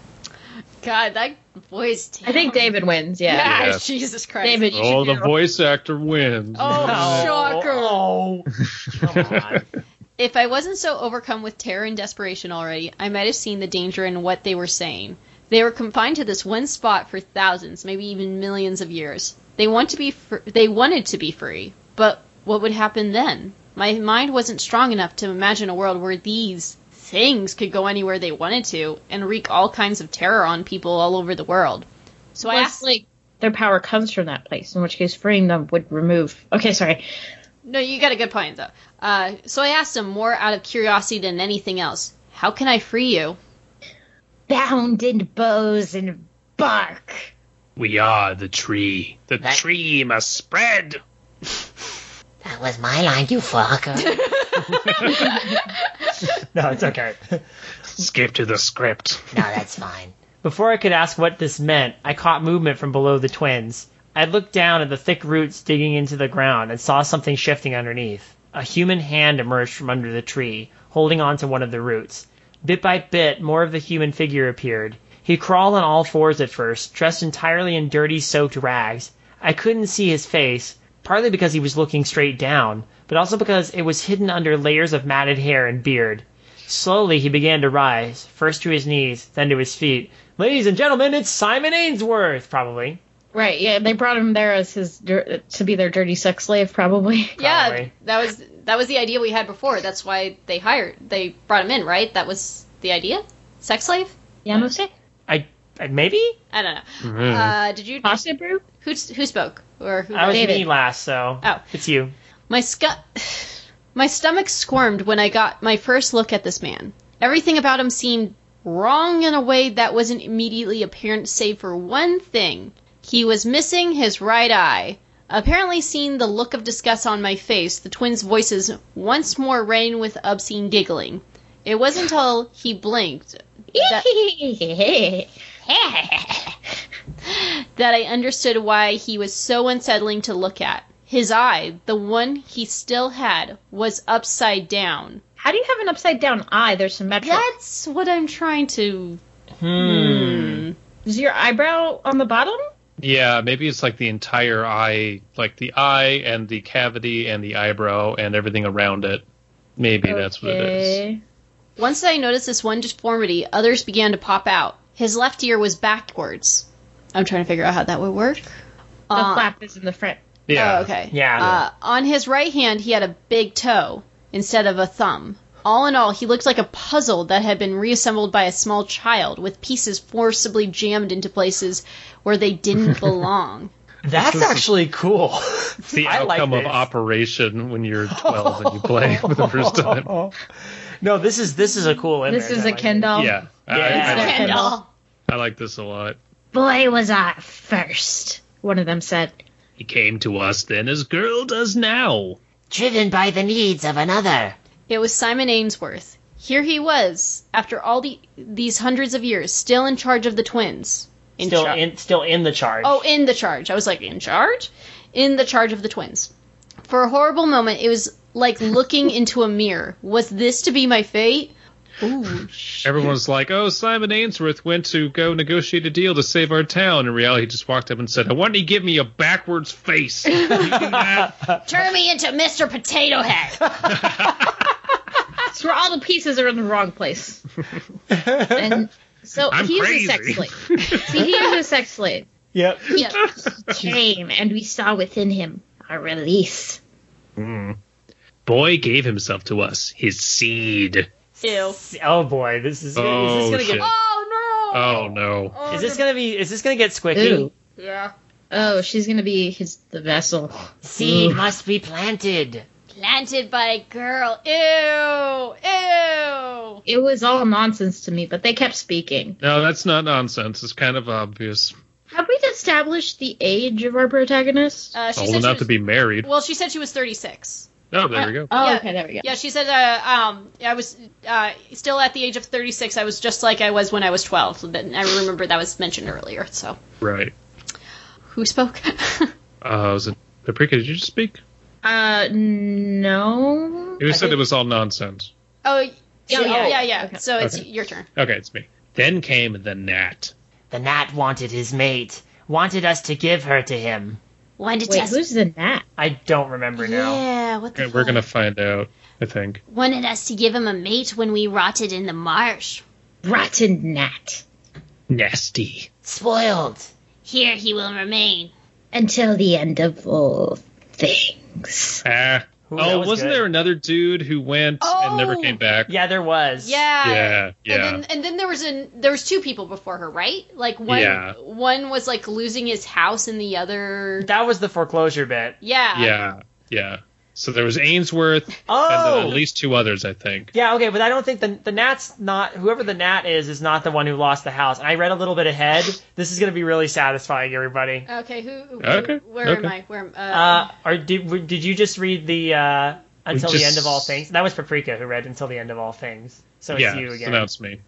Speaker 3: God, that voice.
Speaker 4: I think David wins, yeah.
Speaker 3: Yeah,
Speaker 2: Yeah.
Speaker 3: Jesus Christ.
Speaker 4: David, you
Speaker 2: Oh,
Speaker 4: should
Speaker 2: the
Speaker 4: do-
Speaker 2: voice actor wins.
Speaker 3: Oh, shocker.
Speaker 1: Oh, come on.
Speaker 3: If I wasn't so overcome with terror and desperation already, I might have seen the danger in what they were saying. They were confined to this one spot for thousands, maybe even millions of years. They want to be fr- they wanted to be free, but what would happen then? My mind wasn't strong enough to imagine a world where these things could go anywhere they wanted to and wreak all kinds of terror on people all over the world. So I
Speaker 4: Unless,
Speaker 3: asked
Speaker 4: like, their power comes from that place, in which case freeing them would remove. Okay, sorry.
Speaker 3: No, you got a good point, though. Uh, so I asked him more out of curiosity than anything else. How can I free you?
Speaker 4: Bound in bows and bark.
Speaker 2: We are the tree. The
Speaker 5: That-
Speaker 2: tree must spread.
Speaker 5: That was my line, you fucker.
Speaker 1: No, it's okay.
Speaker 2: Skip to the script.
Speaker 5: no, that's fine.
Speaker 1: Before I could ask what this meant, I caught movement from below the twins. I looked down at the thick roots digging into the ground and saw something shifting underneath. A human hand emerged from under the tree, holding onto one of the roots. Bit by bit, more of the human figure appeared. He crawled on all fours at first, dressed entirely in dirty, soaked rags. I couldn't see his face, partly because he was looking straight down, but also because it was hidden under layers of matted hair and beard. Slowly he began to rise, first to his knees, then to his feet. Ladies and gentlemen, it's Simon Ainsworth, probably.
Speaker 4: Right, yeah, they brought him there as his dir- to be their dirty sex slave, probably.
Speaker 3: Yeah,
Speaker 1: Probably.
Speaker 3: that was that was the idea we had before. That's why they hired, they brought him in, right? That was the idea. Sex slave.
Speaker 4: piano sick?
Speaker 1: I, I Uh, maybe
Speaker 3: I don't know.
Speaker 2: Mhm.
Speaker 3: Uh, did you
Speaker 4: Possibly.
Speaker 3: who who spoke or who?
Speaker 1: I was
Speaker 4: David.
Speaker 1: me last, so
Speaker 3: Oh.
Speaker 1: it's you.
Speaker 3: My scu- my stomach squirmed when I got my first look at this man. Everything about him seemed wrong in a way that wasn't immediately apparent save for one thing. He was missing his right eye. Apparently seeing the look of disgust on my face, the twins' voices once more rang with obscene giggling. It wasn't until he blinked that- that I understood why he was so unsettling to look at. His eye, the one he still had, was upside down.
Speaker 4: How do you have an upside down eye? They're symmetrical.
Speaker 3: That's what I'm trying to. Hmm.
Speaker 4: Is your eyebrow on the bottom?
Speaker 2: Yeah, maybe it's like the entire eye, like the eye and the cavity and the eyebrow and everything around it. Maybe that's what it is.
Speaker 4: Okay.
Speaker 3: Once I noticed this one deformity, others began to pop out. His left ear was backwards. I'm trying to figure out how that would work.
Speaker 4: The
Speaker 3: Uh,
Speaker 4: flap is in the front.
Speaker 2: Yeah.
Speaker 3: Oh, okay.
Speaker 1: Yeah.
Speaker 3: Uh, on his right hand, he had a big toe instead of a thumb. All in all, he looked like a puzzle that had been reassembled by a small child, with pieces forcibly jammed into places where they didn't belong.
Speaker 1: That's actually cool.
Speaker 2: It's the
Speaker 1: I like
Speaker 2: outcome of
Speaker 1: this.
Speaker 2: operation when you're 12 and you play for the first time.
Speaker 1: Um, No, this is this is a cool image.
Speaker 4: This is
Speaker 1: I
Speaker 4: a
Speaker 1: like it.
Speaker 4: Ken doll.
Speaker 2: Yeah. I-
Speaker 1: Yeah.
Speaker 2: I, like,
Speaker 4: Ken doll.
Speaker 2: I like this a lot.
Speaker 4: Boy, was I first. One of them said.
Speaker 2: He came to us then as girl does now.
Speaker 5: driven by the needs of another.
Speaker 3: It was Simon Ainsworth. Here he was, after all the, these hundreds of years, still in charge of the twins. In
Speaker 1: Still
Speaker 3: char-
Speaker 1: in still in the charge.
Speaker 3: Oh, in the charge. I was like, in charge? In the charge of the twins. For a horrible moment, it was like looking into a mirror. Was this to be my fate? Ooh,
Speaker 2: Everyone's like, oh, Simon Ainsworth went to go negotiate a deal to save our town. In reality, he just walked up and said, why don't you give me a backwards face? You do that.
Speaker 3: turn me into Mr. Potato Head.
Speaker 4: That's where all the pieces are in the wrong place. and so
Speaker 2: I'm
Speaker 4: he
Speaker 2: crazy.
Speaker 4: is a sex slave. See, he is a sex slave.
Speaker 1: Yep.
Speaker 3: yeah.
Speaker 4: Came and we saw within him our release.
Speaker 2: Mm. Boy gave himself to us, his seed.
Speaker 3: Ew.
Speaker 1: Oh boy, this is is
Speaker 2: Oh,
Speaker 1: this gonna
Speaker 2: shit.
Speaker 1: get
Speaker 3: Oh no.
Speaker 2: Oh, no.
Speaker 1: is this gonna be is this gonna get squicky?
Speaker 4: Ooh.
Speaker 3: Yeah.
Speaker 4: Oh, she's gonna be his the vessel.
Speaker 5: Seed must be planted.
Speaker 3: Planted by a girl. Ew. Ew.
Speaker 4: It was all nonsense to me, but they kept speaking.
Speaker 2: No, that's not nonsense. It's kind of obvious.
Speaker 4: Have we established the age of our protagonist?
Speaker 3: Uh, she
Speaker 2: Old
Speaker 3: said she
Speaker 2: enough
Speaker 3: was,
Speaker 2: to be married.
Speaker 3: Well, she said she was 36.
Speaker 2: Oh, there we go.
Speaker 4: oh,
Speaker 3: yeah.
Speaker 4: okay, there we go.
Speaker 3: Yeah, she said, uh, um, I was uh, still at the age of 36. I was just like I was when I was 12. But I remember that was mentioned earlier. So,
Speaker 2: Right.
Speaker 3: who spoke?
Speaker 2: Uh, was it Paprika? Did you just speak?
Speaker 4: Uh, no.
Speaker 2: You said
Speaker 4: I
Speaker 2: it was all nonsense.
Speaker 3: oh, yeah,
Speaker 4: Yeah,
Speaker 3: yeah,
Speaker 4: yeah.
Speaker 3: yeah. yeah.
Speaker 4: Okay.
Speaker 3: So it's
Speaker 2: Okay.
Speaker 3: your turn.
Speaker 2: Okay, it's me. Then came the gnat.
Speaker 5: The gnat wanted his mate, wanted us to give her to him.
Speaker 3: When did
Speaker 4: Wait, who's the gnat?
Speaker 1: I don't remember now.
Speaker 3: Yeah, what the
Speaker 2: Okay, we're
Speaker 3: fuck?
Speaker 2: gonna find out. I think.
Speaker 3: Wanted us to give him a mate when we rotted in the marsh.
Speaker 4: Rotten gnat.
Speaker 2: Nasty.
Speaker 5: Spoiled.
Speaker 3: Here he will remain.
Speaker 4: Until the end of all things.
Speaker 2: Ah.
Speaker 1: Ooh, that
Speaker 2: oh,
Speaker 1: was
Speaker 2: was not
Speaker 1: good.
Speaker 2: there another dude who went and never
Speaker 3: Oh!
Speaker 2: came back?
Speaker 1: Yeah, there was.
Speaker 3: Yeah.
Speaker 2: Yeah. Yeah.
Speaker 3: And then, and then there was an there was two people before her, right? Like one
Speaker 2: Yeah.
Speaker 3: one was like losing his house, and the other
Speaker 1: That was the foreclosure bit.
Speaker 3: yeah
Speaker 2: yeah. Yeah. So there was Ainsworth and
Speaker 1: Oh
Speaker 2: then at least two others, I think.
Speaker 1: Yeah, okay, but I don't think the the Nat's not whoever the Nat is is not the one who lost the house. And I read a little bit ahead. This is going to be really satisfying, everybody.
Speaker 3: Okay, who? who
Speaker 2: Okay,
Speaker 3: Where am
Speaker 2: okay.
Speaker 3: I? Where am? Uh,
Speaker 1: Uh, or did w- did you just read the uh, until the
Speaker 2: just-
Speaker 1: end of all things? That was Paprika who read until the end of all things. So it's
Speaker 2: yeah.
Speaker 1: you
Speaker 2: So
Speaker 1: again.
Speaker 2: now it's me.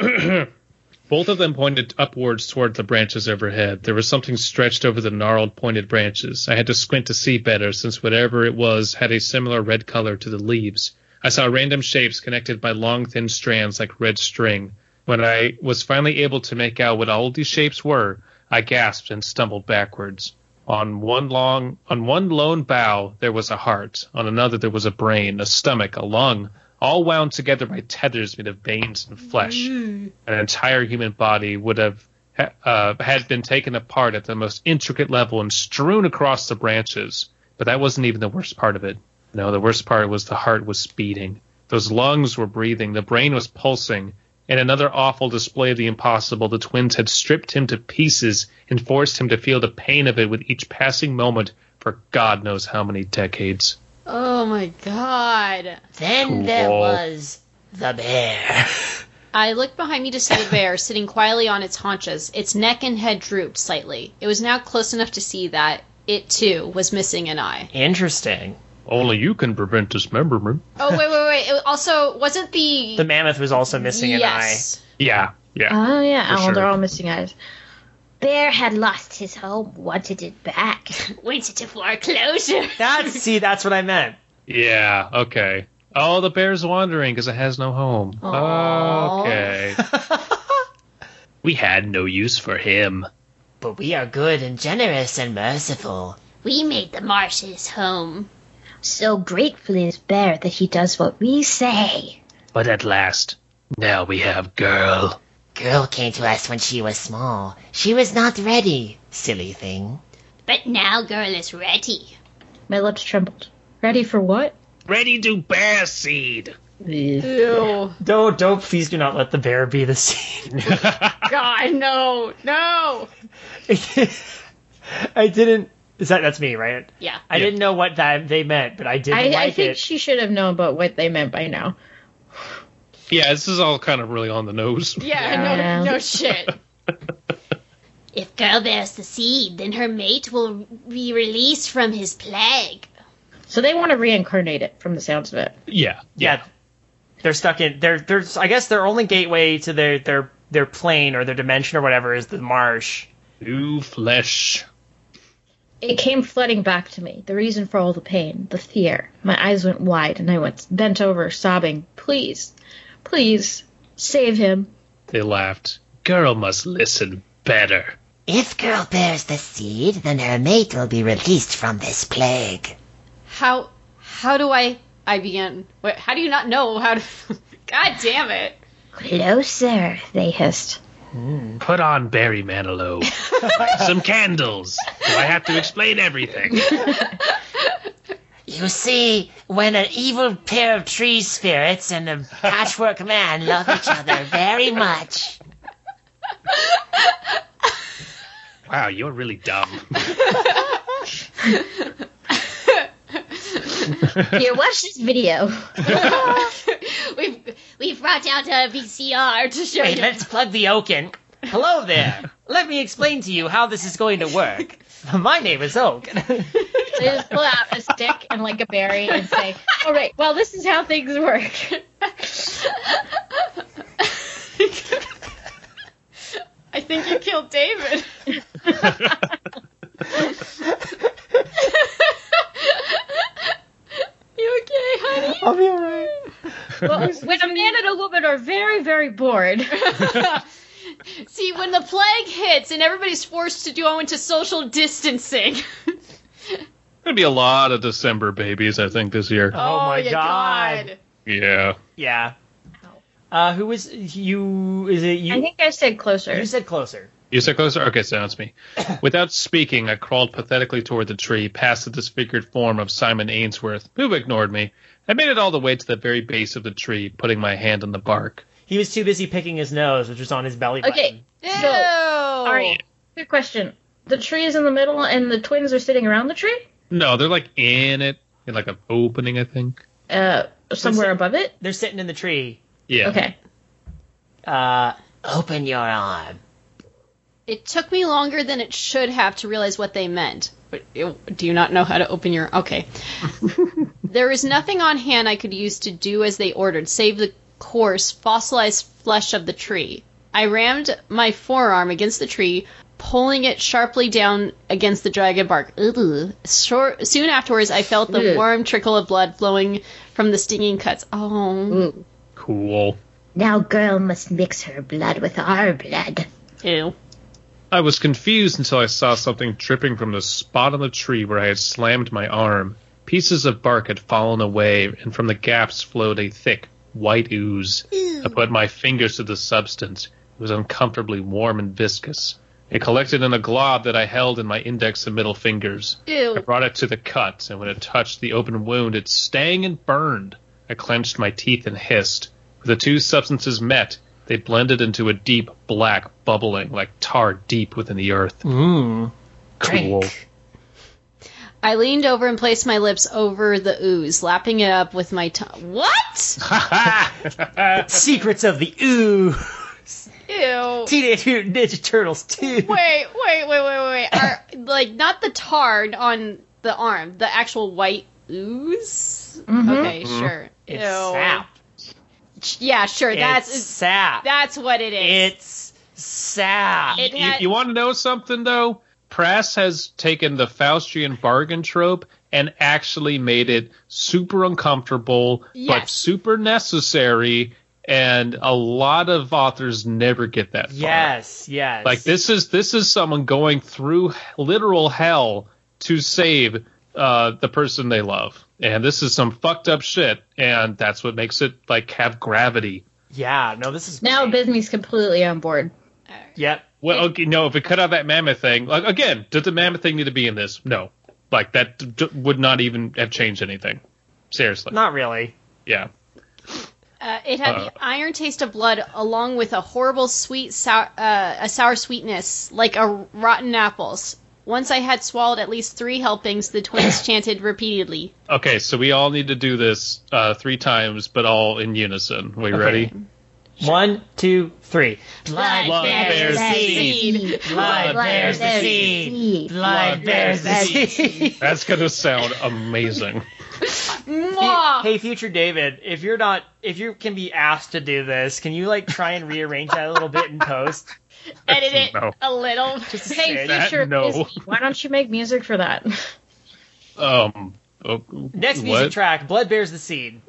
Speaker 2: Both of them pointed upwards toward the branches overhead. There was something stretched over the gnarled, pointed branches. I had to squint to see better, since whatever it was had a similar red color to the leaves. I saw random shapes connected by long, thin strands like red string. When I was finally able to make out what all of these shapes were, I gasped and stumbled backwards. On one long, on one lone bough there was a heart. On another there was a brain, a stomach, a lung, all wound together by tethers made of veins and flesh an entire human body would have ha- uh, had been taken apart at the most intricate level and strewn across the branches. But that wasn't even the worst part of it. No, the worst part was the heart was beating. Those lungs were breathing. The brain was pulsing. In another awful display of the impossible, the twins had stripped him to pieces and forced him to feel the pain of it with each passing moment for God knows how many decades.
Speaker 3: Oh my god.
Speaker 5: Then there
Speaker 2: Cool.
Speaker 5: was the bear.
Speaker 3: I looked behind me to see the bear sitting quietly on its haunches. Its neck and head drooped slightly. It was now close enough to see that it too was missing an eye.
Speaker 1: Interesting.
Speaker 2: Only you can prevent dismemberment.
Speaker 3: Oh wait, wait, wait. It also wasn't the
Speaker 1: The mammoth was also missing
Speaker 3: yes.
Speaker 2: Yeah, yeah.
Speaker 4: Oh yeah,
Speaker 2: For
Speaker 4: oh, they're
Speaker 2: sure.
Speaker 4: all missing eyes.
Speaker 6: Bear had lost his home, wanted it back. Wanted to foreclosure.
Speaker 1: an eye. That's see, that's what I meant.
Speaker 2: Yeah, okay. Oh, the bear's wandering because it has no home. Okay. we had no use for him.
Speaker 5: But we are good and generous and merciful.
Speaker 6: We made the marsh his home.
Speaker 7: So grateful is Bear that he does what we say.
Speaker 2: But at last, now we have girl.
Speaker 5: Girl came to us when she was small. She was not ready, silly thing.
Speaker 6: But now girl is ready.
Speaker 4: My lips trembled. Ready for what?
Speaker 2: Ready to bear seed.
Speaker 3: Ew.
Speaker 1: Don't don't please do not let the bear be the scene.
Speaker 3: God, no, no.
Speaker 1: I didn't. Is that that's me, right?
Speaker 3: Yeah.
Speaker 1: I
Speaker 2: Yeah.
Speaker 1: didn't know what that they meant, but I didn't
Speaker 4: I,
Speaker 1: like
Speaker 4: I think
Speaker 1: it.
Speaker 4: she should have known about what they meant by now.
Speaker 2: Yeah, this is all kind of really on the nose.
Speaker 3: Yeah,
Speaker 4: Yeah.
Speaker 3: no, no shit.
Speaker 6: If girl bears the seed, then her mate will be released from his plague.
Speaker 4: So they want to reincarnate it from the sounds of it.
Speaker 2: Yeah,
Speaker 1: yeah. They're stuck in they're they're I guess their only gateway to their their their plane or their dimension or whatever is the marsh.
Speaker 2: New flesh.
Speaker 4: It came flooding back to me. The reason for all the pain, the fear. My eyes went wide and I went bent over, sobbing, Please, please, save him.
Speaker 2: They laughed. Girl must listen better.
Speaker 5: If girl bears the seed, then her mate will be released from this plague.
Speaker 3: How how do I I began Wait, how do you not know how to God damn it.
Speaker 7: Closer, they hissed.
Speaker 2: Put on Barry Manilow. Some candles. Do I have to explain everything?
Speaker 5: You see, when an evil pair of tree spirits and a patchwork man love each other very much,
Speaker 2: Wow, you're really dumb.
Speaker 7: Here, watch this video.
Speaker 6: We've we've brought out a VCR to show
Speaker 5: Wait,
Speaker 6: you.
Speaker 5: let's plug the oak in. Hello there. Let me explain to you how this is going to work. My name is Oak.
Speaker 4: They just pull out a stick and like a berry and say, All right, well, this is how things work.
Speaker 3: I think you killed David. you okay, honey?
Speaker 4: Oh.
Speaker 1: I'll be alright.
Speaker 4: Well, when a man and a woman are very, very bored,
Speaker 3: See, when the plague hits and everybody's forced to go into social distancing.
Speaker 2: Gonna be a lot of December babies, I think, this year.
Speaker 1: Oh my God.
Speaker 2: Yeah.
Speaker 1: Yeah. Uh who was you is it you
Speaker 4: I think I said closer.
Speaker 1: you said closer.
Speaker 2: You said closer? Okay, so it's me. Without speaking, I crawled pathetically toward the tree, past the disfigured form of Simon Ainsworth, who ignored me. I made it all the way to the very base of the tree, putting my hand on the bark.
Speaker 1: He was too busy picking his nose, which was on his belly button.
Speaker 4: Okay,
Speaker 3: Ew.
Speaker 4: So, all right. Good question. The tree is in the middle and the twins are sitting around the tree?
Speaker 2: No, they're like in it, in like an opening, I think.
Speaker 4: Uh, somewhere
Speaker 1: it-
Speaker 4: above it?
Speaker 1: They're sitting in the tree.
Speaker 2: Yeah.
Speaker 4: Okay.
Speaker 1: Uh
Speaker 5: Open your arm.
Speaker 3: It took me longer than it should have to realize what they meant. But it, do you not know how to open your okay? there is nothing on hand I could use to do as they ordered, save the coarse, fossilized flesh of the tree. I rammed my forearm against the tree, pulling it sharply down against the jagged bark. Ugh. Short, soon afterwards, I felt the
Speaker 4: Ugh.
Speaker 3: warm trickle of blood flowing from the stinging cuts. Oh,
Speaker 4: Ooh.
Speaker 2: Cool.
Speaker 7: Now, girl must mix her blood with our blood.
Speaker 3: ew.
Speaker 2: I was confused until I saw something dripping from the spot on the tree where I had slammed my arm. Pieces of bark had fallen away, and from the gaps flowed a thick, white ooze. I put my fingers to the substance. It was uncomfortably warm and viscous. It collected in a glob that I held in my index and middle fingers. I
Speaker 3: Ew.
Speaker 2: brought it to the cut, and when it touched the open wound, it stang and burned. I clenched my teeth and hissed. When the two substances met, They blended into a deep black bubbling like tar deep within the earth.
Speaker 1: Mm.
Speaker 2: Cool.
Speaker 3: I leaned over and placed my lips over the ooze, lapping it up with my tongue. What?
Speaker 1: Secrets of the Ooh.
Speaker 3: Ew.
Speaker 1: Teenage Mutant Ninja Turtles 2.
Speaker 3: Wait, wait, wait, wait, wait. Are, like, not the tar on the arm, the actual white ooze? Okay,
Speaker 1: Mm-hmm.
Speaker 3: sure.
Speaker 1: It's
Speaker 3: Ew.
Speaker 1: sap.
Speaker 3: Yeah, sure.
Speaker 1: it's
Speaker 3: that's
Speaker 1: sap.
Speaker 3: that's what it is.
Speaker 1: it's sap.
Speaker 3: It
Speaker 2: you,
Speaker 3: had-
Speaker 2: you want to know something though? Press has taken the Faustian bargain trope and actually made it super uncomfortable, but
Speaker 3: Yes.
Speaker 2: super necessary. And a lot of authors never get that far.
Speaker 1: yes, yes.
Speaker 2: Like this is this is someone going through literal hell to save uh, the person they love, and this is some fucked up shit, and that's what makes it like have gravity.
Speaker 1: Yeah, no, this is.
Speaker 4: Now
Speaker 1: great.
Speaker 4: Bisme's completely on board.
Speaker 1: Yep.
Speaker 2: Well, okay, no, if we cut out that mammoth thing, like again, did the mammoth thing need to be in this? No, like that d- d- would not even have changed anything. Seriously,
Speaker 1: Not really.
Speaker 2: yeah.
Speaker 3: Uh, it had
Speaker 2: Uh.
Speaker 3: the iron taste of blood, along with a horrible sweet, sour, uh, a sour sweetness like a rotten apples. Once I had swallowed at least three helpings, the twins chanted repeatedly.
Speaker 2: Okay, so we all need to do this uh, three times, but all in unison. We ready?
Speaker 1: One, two, three.
Speaker 5: Blood,
Speaker 2: Blood
Speaker 5: bears
Speaker 2: bears
Speaker 5: the
Speaker 2: seed.
Speaker 5: seed.
Speaker 1: Blood bears the
Speaker 7: There's
Speaker 1: seed.
Speaker 7: the seed.
Speaker 5: Blood bears the seed.
Speaker 1: seed.
Speaker 2: That's gonna sound amazing.
Speaker 3: Mwah!
Speaker 1: Hey, future David, if you're not, if you can be asked to do this, can you like try and rearrange that a little bit in post?
Speaker 3: Edit it
Speaker 2: No.
Speaker 3: a little.
Speaker 4: Hey,
Speaker 2: that,
Speaker 4: future
Speaker 2: no.
Speaker 4: Bisme, why don't you make music for that?
Speaker 2: Um. oh,
Speaker 1: Next music
Speaker 2: what?
Speaker 1: track, Blood Bears the Seed.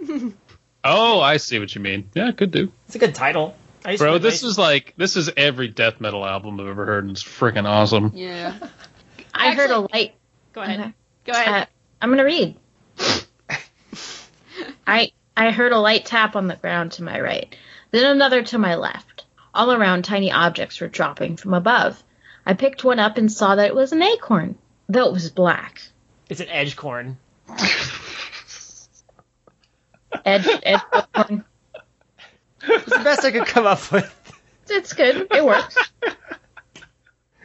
Speaker 2: Oh, I see what you mean. Yeah, could do,
Speaker 1: It's a good title. I used to
Speaker 2: bro.
Speaker 1: play
Speaker 2: This
Speaker 1: bass-
Speaker 2: is like this is every death metal album I've ever heard, and it's freaking awesome.
Speaker 3: Yeah.
Speaker 4: I heard a
Speaker 3: Actually-
Speaker 4: light.
Speaker 3: Go ahead.
Speaker 4: Okay.
Speaker 3: Go ahead.
Speaker 4: Uh, I'm gonna read. I I heard a light tap on the ground to my right, then another to my left. All around, tiny objects were dropping from above. I picked one up and saw that it was an acorn, though it was black.
Speaker 1: It's an edgecorn.
Speaker 4: Ed, ed, acorn.
Speaker 1: It's the best I could come up with.
Speaker 4: it's good. It works.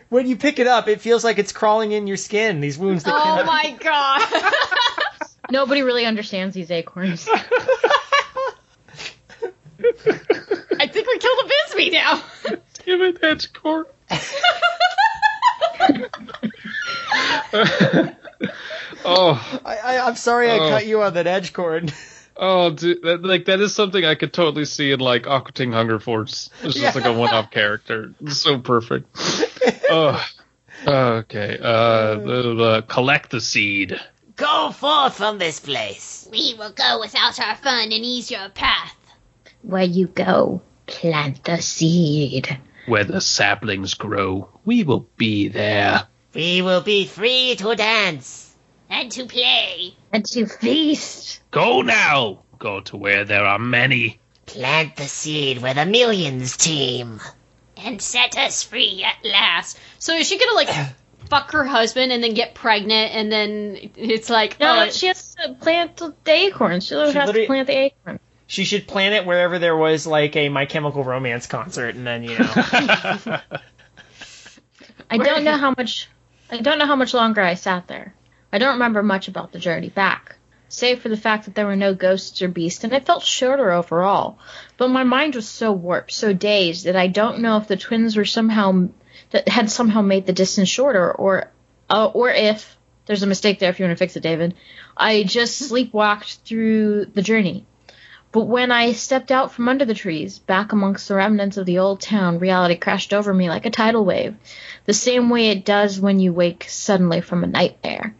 Speaker 1: When you pick it up, it feels like it's crawling in your skin. These wounds that
Speaker 3: oh
Speaker 1: cannot-
Speaker 3: my god.
Speaker 4: Nobody really understands these acorns.
Speaker 3: I think we killed a Bisbee now.
Speaker 2: Give it that's core. oh,
Speaker 1: I, I, I'm sorry I
Speaker 2: Oh.
Speaker 1: cut you on that edgecorn.
Speaker 2: oh, dude, that, like that is something I could totally see in like Aquatine Hunger Force. It's just like a one-off character. It's so perfect. oh, okay. Uh, the, the- collect the seed.
Speaker 5: Go forth from this place.
Speaker 6: We will go without our fun and ease your path.
Speaker 7: Where you go, plant the seed.
Speaker 2: Where the saplings grow, we will be there.
Speaker 5: We will be free to dance.
Speaker 6: And to play.
Speaker 7: And to feast.
Speaker 2: Go now. Go to where there are many.
Speaker 5: Plant the seed with a millions team.
Speaker 6: And set us free at last.
Speaker 3: So is she gonna like fuck her husband and then get pregnant and then it's like
Speaker 4: No,
Speaker 3: uh,
Speaker 4: she has to plant the acorns. She, has
Speaker 1: literally-
Speaker 4: to plant the acorn.
Speaker 1: She should plan it wherever there was like a My Chemical Romance concert, and then you know.
Speaker 4: I don't know how much I don't know how much longer I sat there. I don't remember much about the journey back, save for the fact that there were no ghosts or beasts and I felt shorter overall. But my mind was so warped, so dazed that I don't know if the twins were somehow that had somehow made the distance shorter or uh, or if there's a mistake there if you want to fix it, David. I just sleepwalked through the journey. But when I stepped out from under the trees, back amongst the remnants of the old town, reality crashed over me like a tidal wave the same way it does when you wake suddenly from a nightmare.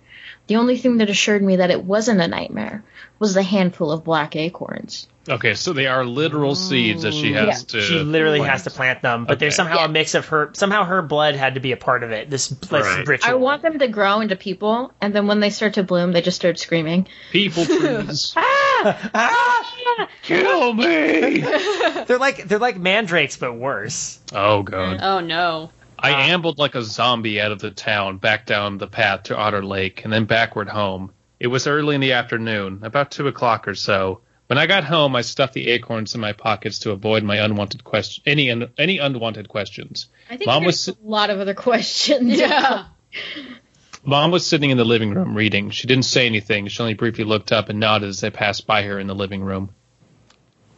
Speaker 4: The only thing that assured me that it wasn't a nightmare was the handful of black acorns.
Speaker 2: Okay, so they are literal seeds that she has to.
Speaker 1: She literally
Speaker 2: plant.
Speaker 1: has to plant them, but there's
Speaker 2: Okay.
Speaker 1: somehow a mix of her somehow her blood had to be a part of it. This, this
Speaker 2: Right.
Speaker 1: ritual.
Speaker 4: I want them to grow into people, and then when they start to bloom, they just start screaming.
Speaker 2: People trees.
Speaker 1: Ah!
Speaker 2: Kill me!
Speaker 1: They're like they're like mandrakes but worse.
Speaker 2: Oh, God.
Speaker 3: Oh no.
Speaker 2: I ambled like a zombie out of the town, back down the path to Otter Lake, and then backward home. It was early in the afternoon, about two o'clock or so, When I got home, I stuffed the acorns in my pockets to avoid my unwanted question any un- any unwanted questions.
Speaker 4: I think
Speaker 2: Mom
Speaker 4: there's
Speaker 2: was-
Speaker 4: a lot of other questions.
Speaker 3: Yeah.
Speaker 2: Mom was sitting in the living room reading. She didn't say anything. She only briefly looked up and nodded as I passed by her in the living room.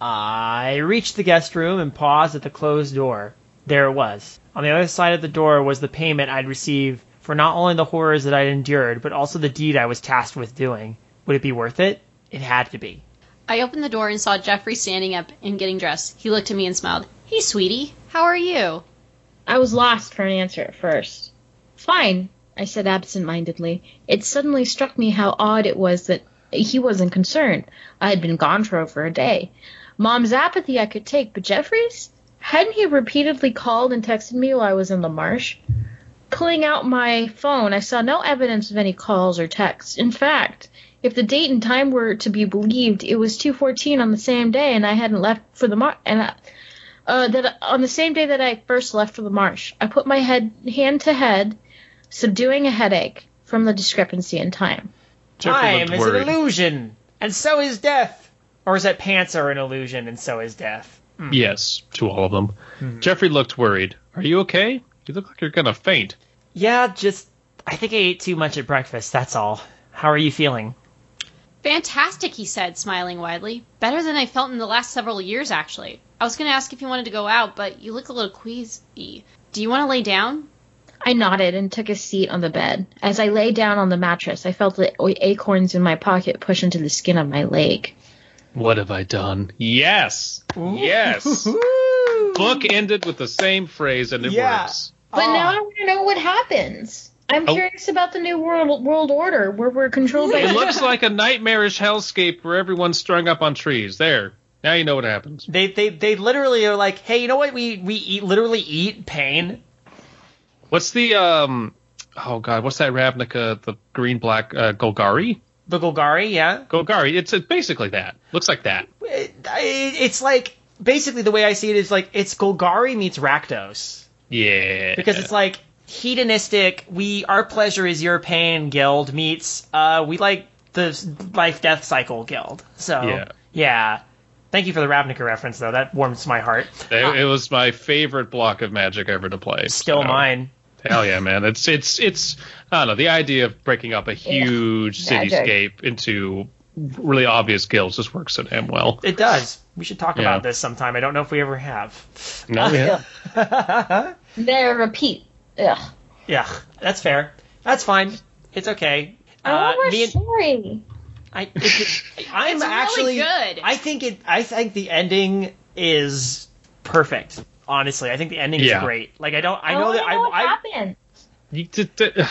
Speaker 1: I reached the guest room and paused at the closed door. There it was. On the other side of the door was the payment I'd received for not only the horrors that I'd endured, but also the deed I was tasked with doing. Would it be worth it? It had to be.
Speaker 3: I opened the door and saw Jeffrey standing up and getting dressed. He looked at me and smiled. Hey, sweetie, how are you?
Speaker 4: I was lost for an answer at first. Fine, I said absent-mindedly. It suddenly struck me how odd it was that he wasn't concerned. I had been gone for over a day. Mom's apathy I could take, but Jeffrey's? Hadn't he repeatedly called and texted me while I was in the marsh? Pulling out my phone, I saw no evidence of any calls or texts. In fact, if the date and time were to be believed, it was 2:14 on the same day, and I hadn't left for the mar- and I, uh, that on the same day that I first left for the marsh, I put my head hand to head, subduing a headache from the discrepancy in time.
Speaker 2: Jeffrey
Speaker 1: Time
Speaker 2: looked
Speaker 1: is an
Speaker 2: worried.
Speaker 1: illusion, and so is death. Or is that pants are an illusion, and so is death?
Speaker 2: Yes, to all of them. Jeffrey looked worried. Are you okay? You look like you're gonna faint.
Speaker 1: Yeah, just I think I ate too much at breakfast. That's all. How are you feeling?
Speaker 3: Fantastic, he said, smiling widely. Better than I felt in the last several years, actually. I was going to ask if you wanted to go out, but you look a little queasy. Do you want to lay down?
Speaker 4: I nodded and took a seat on the bed. As I lay down on the mattress, I felt the o- acorns in my pocket push into the skin of my leg.
Speaker 2: What have I done? Yes, yes. Book ended with the same phrase and it
Speaker 1: Yeah.
Speaker 2: works.
Speaker 4: But
Speaker 1: Ah.
Speaker 4: now I want to know what happens. I'm
Speaker 2: Oh.
Speaker 4: curious about the new world world order where we're controlled
Speaker 2: It
Speaker 4: by.
Speaker 2: looks like a nightmarish hellscape where everyone's strung up on trees. There. Now you know what happens.
Speaker 1: They they they literally are like, hey, you know what? We we eat literally eat pain.
Speaker 2: What's the um? Oh God, what's that Ravnica? The green black uh, Golgari?
Speaker 1: The Golgari, yeah.
Speaker 2: Golgari. It's, it's basically that. Looks like that.
Speaker 1: It, I- it's like basically the way I see it is like it's Golgari meets Rakdos
Speaker 2: Yeah.
Speaker 1: because it's like hedonistic. We our pleasure is your pain guild meets uh we like the life death cycle guild. So
Speaker 2: Yeah.
Speaker 1: yeah. Thank you for the Ravnica reference though. That warms my heart.
Speaker 2: it, it was my favorite block of Magic ever to play.
Speaker 1: Still
Speaker 2: So,
Speaker 1: mine.
Speaker 2: Hell yeah, man! It's it's it's I don't know the idea of breaking up a huge
Speaker 4: Magic.
Speaker 2: cityscape into really obvious guilds just works so damn well.
Speaker 1: It does. We should talk
Speaker 2: Yeah.
Speaker 1: about this sometime. I don't know if we ever have.
Speaker 2: No, yeah.
Speaker 4: There, repeat. Ugh.
Speaker 1: Yeah, that's fair. That's fine. It's okay.
Speaker 4: Oh, we're
Speaker 1: Uh, me and-
Speaker 4: sorry.
Speaker 1: I, it's, I'm
Speaker 3: It's really
Speaker 1: actually
Speaker 3: good.
Speaker 1: I think it. I think the ending is perfect. Honestly, I think the ending
Speaker 2: Yeah.
Speaker 1: is great. Like I don't. I
Speaker 4: I
Speaker 1: know
Speaker 4: wanna
Speaker 1: that
Speaker 4: what
Speaker 1: I. I
Speaker 4: happened.
Speaker 2: You did that-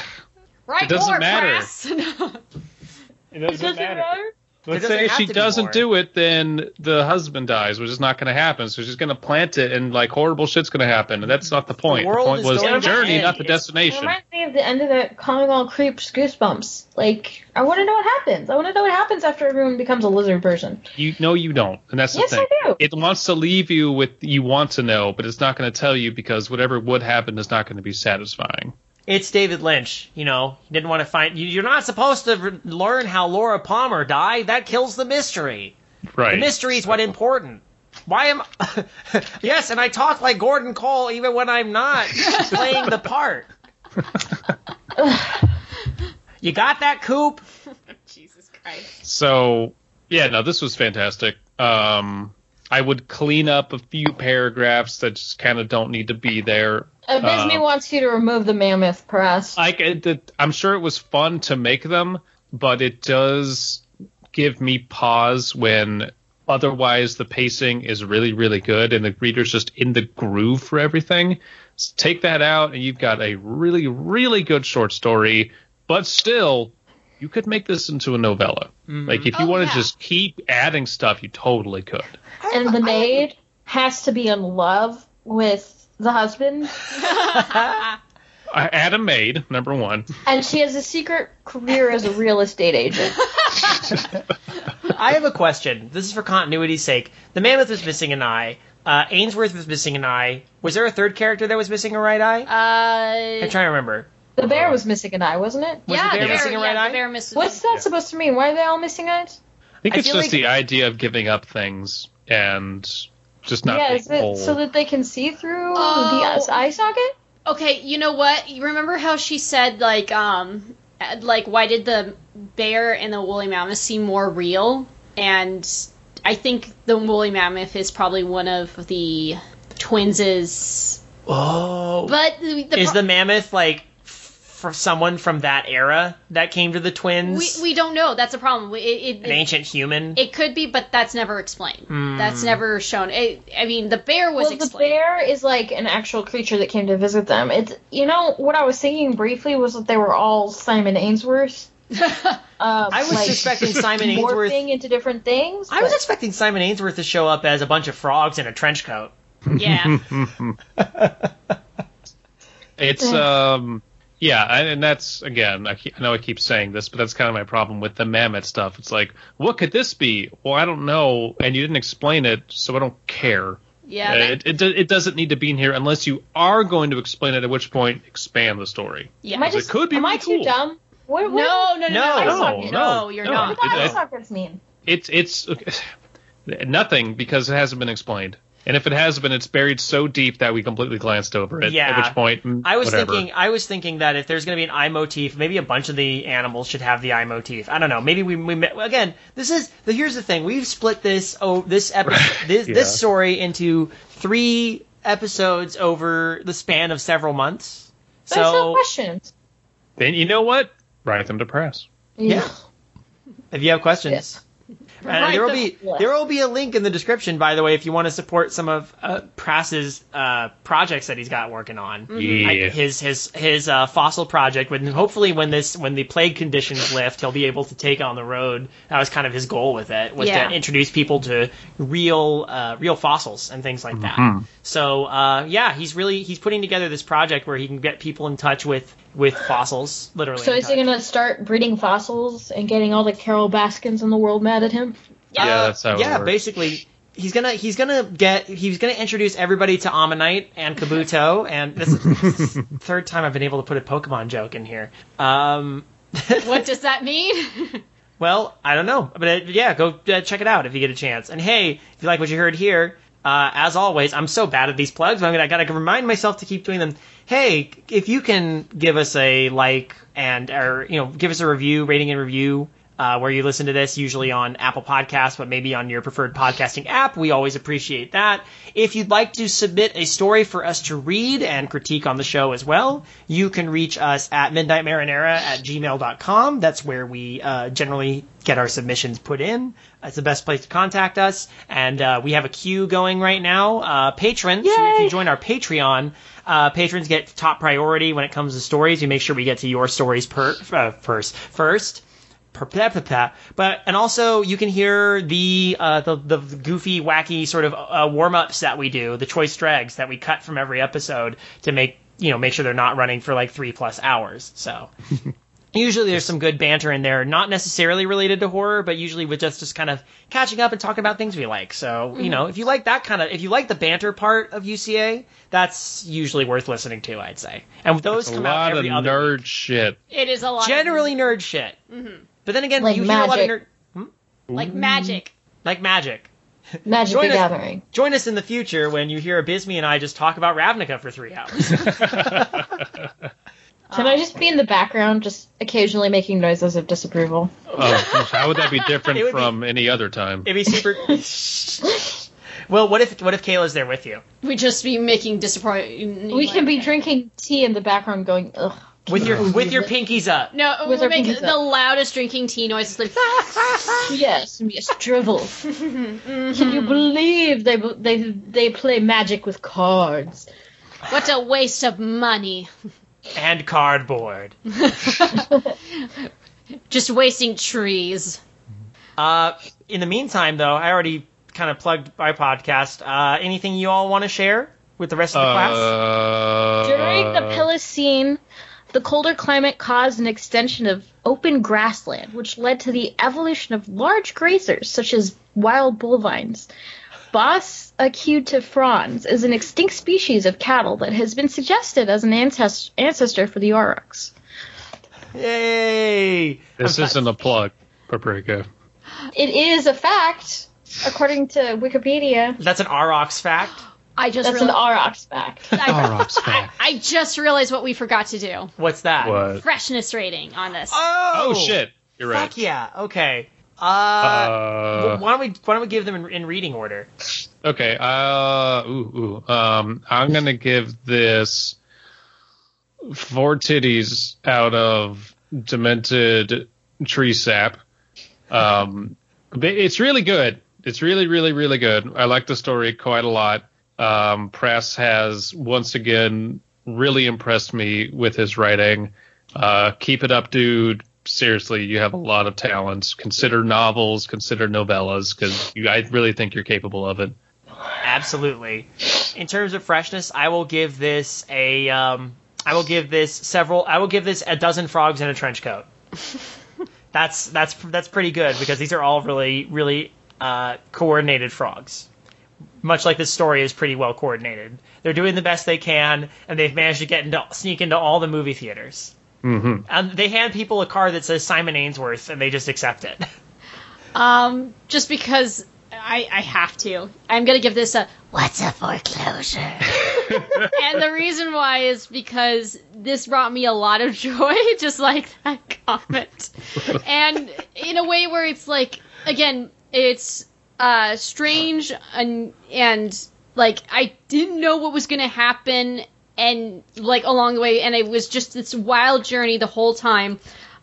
Speaker 3: Right
Speaker 2: It doesn't
Speaker 3: more,
Speaker 2: matter.
Speaker 3: press.
Speaker 2: it doesn't, Let's
Speaker 1: It doesn't
Speaker 2: say if
Speaker 1: have
Speaker 2: she
Speaker 1: to be
Speaker 2: doesn't
Speaker 1: more.
Speaker 2: do it, then the husband dies, which is not going to happen. So she's going to plant it, and like horrible shit's going to happen, and that's not the point. The,
Speaker 1: world
Speaker 2: point
Speaker 1: is
Speaker 2: was
Speaker 1: going
Speaker 2: the
Speaker 1: to
Speaker 2: journey,
Speaker 1: end.
Speaker 2: not the
Speaker 1: It's-
Speaker 4: It
Speaker 2: destination.
Speaker 4: reminds me of the end of the Calling All Creeps Goosebumps. Like, I want to know what happens. I want to know what happens after everyone becomes a lizard person.
Speaker 2: You no, you don't, and that's the
Speaker 4: Yes, I
Speaker 2: thing.
Speaker 4: do.
Speaker 2: It wants to leave you with you want to know, but it's not going to tell you because whatever would happen is not going to be satisfying.
Speaker 1: it's David Lynch. You know, he didn't want to find. You, you're not supposed to re- learn how Laura Palmer died. That kills the mystery.
Speaker 2: Right?
Speaker 1: The mystery is what important. Why am yes, and I talk like Gordon Cole even when I'm not playing the part. you got that, Coop?
Speaker 3: Jesus Christ.
Speaker 2: So yeah, no, this was fantastic. Um, I would clean up a few paragraphs that just kind of don't need to be there.
Speaker 4: Abysme
Speaker 2: Uh,
Speaker 4: wants you to remove the mammoth press.
Speaker 2: I, it- it- I'm sure it was fun to make them, but it does give me pause when otherwise the pacing is really, really good and the reader's just in the groove for everything. S- take that out, and you've got a really, really good short story, but still, you could make this into a novella. Like, if you
Speaker 3: Oh,
Speaker 2: want to
Speaker 3: yeah.
Speaker 2: just keep adding stuff, you totally could.
Speaker 4: and the maid has to be in love with the husband,
Speaker 2: I add a maid, number one.
Speaker 4: and she has a secret career as a real estate agent.
Speaker 1: I have a question. This is for continuity's sake. The Mammoth was missing an eye. Uh, Ainsworth was missing an eye. Was there a third character that was missing a right eye? I'm
Speaker 3: Uh,
Speaker 1: trying to remember.
Speaker 4: The bear was missing an eye, wasn't it?
Speaker 1: Was
Speaker 3: yeah,
Speaker 1: the bear
Speaker 3: the bear,
Speaker 1: missing a right
Speaker 3: yeah,
Speaker 1: eye?
Speaker 3: the bear missed-
Speaker 4: What's that supposed to mean? Why are they all missing eyes?
Speaker 2: I think
Speaker 1: I
Speaker 2: it's
Speaker 1: feel
Speaker 2: just
Speaker 1: like-
Speaker 2: the idea of giving up things and just not
Speaker 8: yeah,
Speaker 2: being
Speaker 8: is it
Speaker 2: whole.
Speaker 8: so that they can see through
Speaker 3: Oh.
Speaker 8: the s- eye socket?
Speaker 3: Okay, you know what? You remember how she said like um uh, like why did the bear and the woolly mammoth seem more real? And I think the woolly mammoth is probably one of the twins's
Speaker 1: Oh,
Speaker 3: but the, the
Speaker 1: is
Speaker 3: pro-
Speaker 1: the mammoth like f- f- someone from that era that came to the
Speaker 3: we,
Speaker 1: twins?
Speaker 3: we don't know. That's a problem. We- It
Speaker 1: An Hmm.
Speaker 3: it, it,
Speaker 1: ancient human.
Speaker 3: it could be, but that's never explained. That's never shown. It, I mean, the bear was
Speaker 8: well, the
Speaker 3: explained.
Speaker 8: bear is like an actual creature that came to visit them. It's you know what I was thinking briefly was that they were all Simon Ainsworth. Um,
Speaker 1: I was
Speaker 8: like,
Speaker 1: suspecting Simon Ainsworth.
Speaker 8: morphing into different things.
Speaker 1: I was
Speaker 8: but-
Speaker 1: expecting Simon Ainsworth to show up as a bunch of frogs in a trench coat.
Speaker 3: yeah.
Speaker 2: It's um yeah, and, and that's again. I, keep, I know I keep saying this, but that's kind of my problem with the mammoth stuff. It's like, what could this be? Well, I don't know, and you didn't explain it, so I don't care.
Speaker 3: Yeah.
Speaker 2: Uh,
Speaker 3: that-
Speaker 2: it, it do- it doesn't need to be in here unless you are going to explain it. At which point, expand the story.
Speaker 8: Am I
Speaker 3: yeah.
Speaker 2: It
Speaker 8: just
Speaker 2: could be
Speaker 8: am I
Speaker 2: really
Speaker 8: too
Speaker 2: cool.
Speaker 8: dumb? What, what,
Speaker 3: No, no, no, no,
Speaker 1: No,
Speaker 3: no,
Speaker 2: no, no,
Speaker 3: you're
Speaker 2: no.
Speaker 8: what
Speaker 3: not.
Speaker 8: do
Speaker 2: It-
Speaker 8: eye
Speaker 2: it-
Speaker 8: sockets mean?
Speaker 2: It's it's nothing because it hasn't been explained. And if it has been, it's buried so deep that we completely glanced over it.
Speaker 1: Yeah.
Speaker 2: At which point, mm,
Speaker 1: I was
Speaker 2: whatever.
Speaker 1: thinking. I was thinking that if there's going to be an eye motif, maybe a bunch of the animals should have the eye motif. I don't know. Maybe we, we met, again. This is the here's the thing. We've split this oh this episode this
Speaker 2: Yeah.
Speaker 1: this story into three episodes over the span of several months.
Speaker 8: But it's not
Speaker 1: So
Speaker 8: questions.
Speaker 2: Then you know what? Write them to press.
Speaker 1: Yeah. if you have questions. And
Speaker 8: Right,
Speaker 1: there will
Speaker 8: the-
Speaker 1: be there will be a link in the description, by the way, if you want to support some of uh, Prass's uh, projects that he's got working on.
Speaker 8: Mm-hmm.
Speaker 1: Mm-hmm. I-
Speaker 2: Yeah.
Speaker 1: his his his uh, fossil project. When hopefully when this when the plague conditions lift, he'll be able to take on the road. That was kind of his goal with it was
Speaker 3: Yeah.
Speaker 1: to introduce people to real uh, real fossils and things like that. So uh, yeah, he's really he's putting together this project where he can get people in touch with with fossils, literally.
Speaker 8: So
Speaker 1: in
Speaker 8: is he
Speaker 1: touch.
Speaker 8: gonna start breeding fossils and getting all the Carol Baskins in the world mad at him?
Speaker 2: Yeah, that's how it
Speaker 1: yeah,
Speaker 2: works.
Speaker 1: basically. He's gonna he's gonna get he's gonna introduce everybody to Ammonite and Kabuto and this is this is the third time I've been able to put a Pokemon joke in here. Um,
Speaker 3: What does that mean?
Speaker 1: Well, I don't know, but uh, yeah, go uh, check it out if you get a chance. And hey, if you like what you heard here, uh, as always, I'm so bad at these plugs. but I'm gonna I gotta remind myself to keep doing them. Hey, if you can give us a like and or you know give us a review, rating and review. Uh, where you listen to this, usually on Apple Podcasts, but maybe on your preferred podcasting app. We always appreciate that. If you'd like to submit a story for us to read and critique on the show as well, you can reach us at midnightmarinera at gmail.com. That's where we uh, generally get our submissions put in. That's the best place to contact us. And uh, we have a queue going right now. Uh, patrons, so if you join our Patreon, uh, patrons get top priority when it comes to stories. We make sure we get to your stories per, uh, first. first. Per- per- per- per. But and also you can hear the uh, the, the goofy, wacky sort of uh, warm ups that we do, the choice dregs that we cut from every episode to make you know make sure they're not running for like three plus hours. So usually there's some good banter in there, not necessarily related to horror, but usually with just just kind of catching up and talking about things we like. So you know if
Speaker 2: Mm-hmm.
Speaker 1: you like that kind of if you like the banter part of UCA, that's usually worth listening to, I'd say. And those
Speaker 2: A
Speaker 1: come out
Speaker 2: lot of
Speaker 1: every other
Speaker 2: nerd shit.
Speaker 3: it is a lot. of- Mm-hmm.
Speaker 1: generally nerd shit. But then again,
Speaker 8: Like
Speaker 1: you hear a lot of
Speaker 8: magic.
Speaker 1: nerd
Speaker 8: Mm.
Speaker 3: like magic.
Speaker 1: like magic.
Speaker 8: Magic
Speaker 1: Join
Speaker 8: the
Speaker 1: us-
Speaker 8: Gathering.
Speaker 1: Join us in the future when you hear Abysme and I just talk about Ravnica for three hours.
Speaker 8: Can
Speaker 1: Oh.
Speaker 8: I just be in the background, just occasionally making noises of disapproval?
Speaker 2: Oh, how would that be different
Speaker 1: It would be-
Speaker 2: from any other time?
Speaker 1: It'd be super. well, what if what if Kayla's there with you
Speaker 3: We just be making disappointing.
Speaker 8: We can be drinking tea in the background, going ugh.
Speaker 1: with your with your pinkies up?
Speaker 3: No,
Speaker 8: With
Speaker 3: we'll
Speaker 8: our
Speaker 3: make
Speaker 8: pinkies
Speaker 3: the
Speaker 8: up.
Speaker 3: loudest drinking tea noises. Like,
Speaker 8: Yes, yes, drivel. Can
Speaker 3: Hmm.
Speaker 8: you believe they they they play magic with cards?
Speaker 3: what a waste of money.
Speaker 1: And cardboard.
Speaker 3: Just wasting trees.
Speaker 1: Uh, in the meantime, though, I already kind of plugged my podcast. Uh, anything you all want to share with the rest of the class?
Speaker 2: Uh,
Speaker 4: During the Pilocene, the colder climate caused an extension of open grassland, which led to the evolution of large grazers such as wild bovines. Bos acuta frons is an extinct species of cattle that has been suggested as an ancest- ancestor for the aurochs.
Speaker 1: Yay!
Speaker 2: this
Speaker 1: I'm
Speaker 2: isn't a plug, but pretty good.
Speaker 8: It is a fact, according to Wikipedia.
Speaker 1: That's an Aurochs fact.
Speaker 3: I just
Speaker 8: That's an
Speaker 3: realized,
Speaker 8: Aurochs fact.
Speaker 3: I,
Speaker 2: Aurochs fact.
Speaker 3: I just realized what we forgot to do.
Speaker 1: What's that?
Speaker 2: What?
Speaker 3: Freshness rating on this.
Speaker 1: Oh,
Speaker 2: Oh shit! You're right.
Speaker 1: Fuck yeah. Okay. Uh,
Speaker 2: Uh,
Speaker 1: why don't we why don't we give them in, in reading order?
Speaker 2: okay. Uh, ooh, ooh. Um, I'm gonna give this four titties out of demented tree sap. Um, but it's really good. It's really, really, really good. I like the story quite a lot. Um, Press has once again really impressed me with his writing. Uh, keep it up, dude. Seriously, you have a lot of talents. Consider novels, consider novellas, because I really think you're capable of it.
Speaker 1: Absolutely. In terms of freshness, I will give this a um, I will give this several. I will give this a dozen frogs in a trench coat. that's that's that's pretty good because these are all really really uh, coordinated frogs. Much like this story is pretty well coordinated. They're doing the best they can, and they've managed to get into sneak into all the movie theaters. Mm-hmm. And they hand people a card that says Simon Ainsworth, and they just accept it.
Speaker 3: Um, just because I, I have to. I'm going to give this a.
Speaker 5: What's a foreclosure?
Speaker 3: And the reason why is because this brought me a lot of joy, just like that comment. and in a way where it's like, again, it's uh, strange and, and like I didn't know what was going to happen and like along the way and it was just this wild journey the whole time.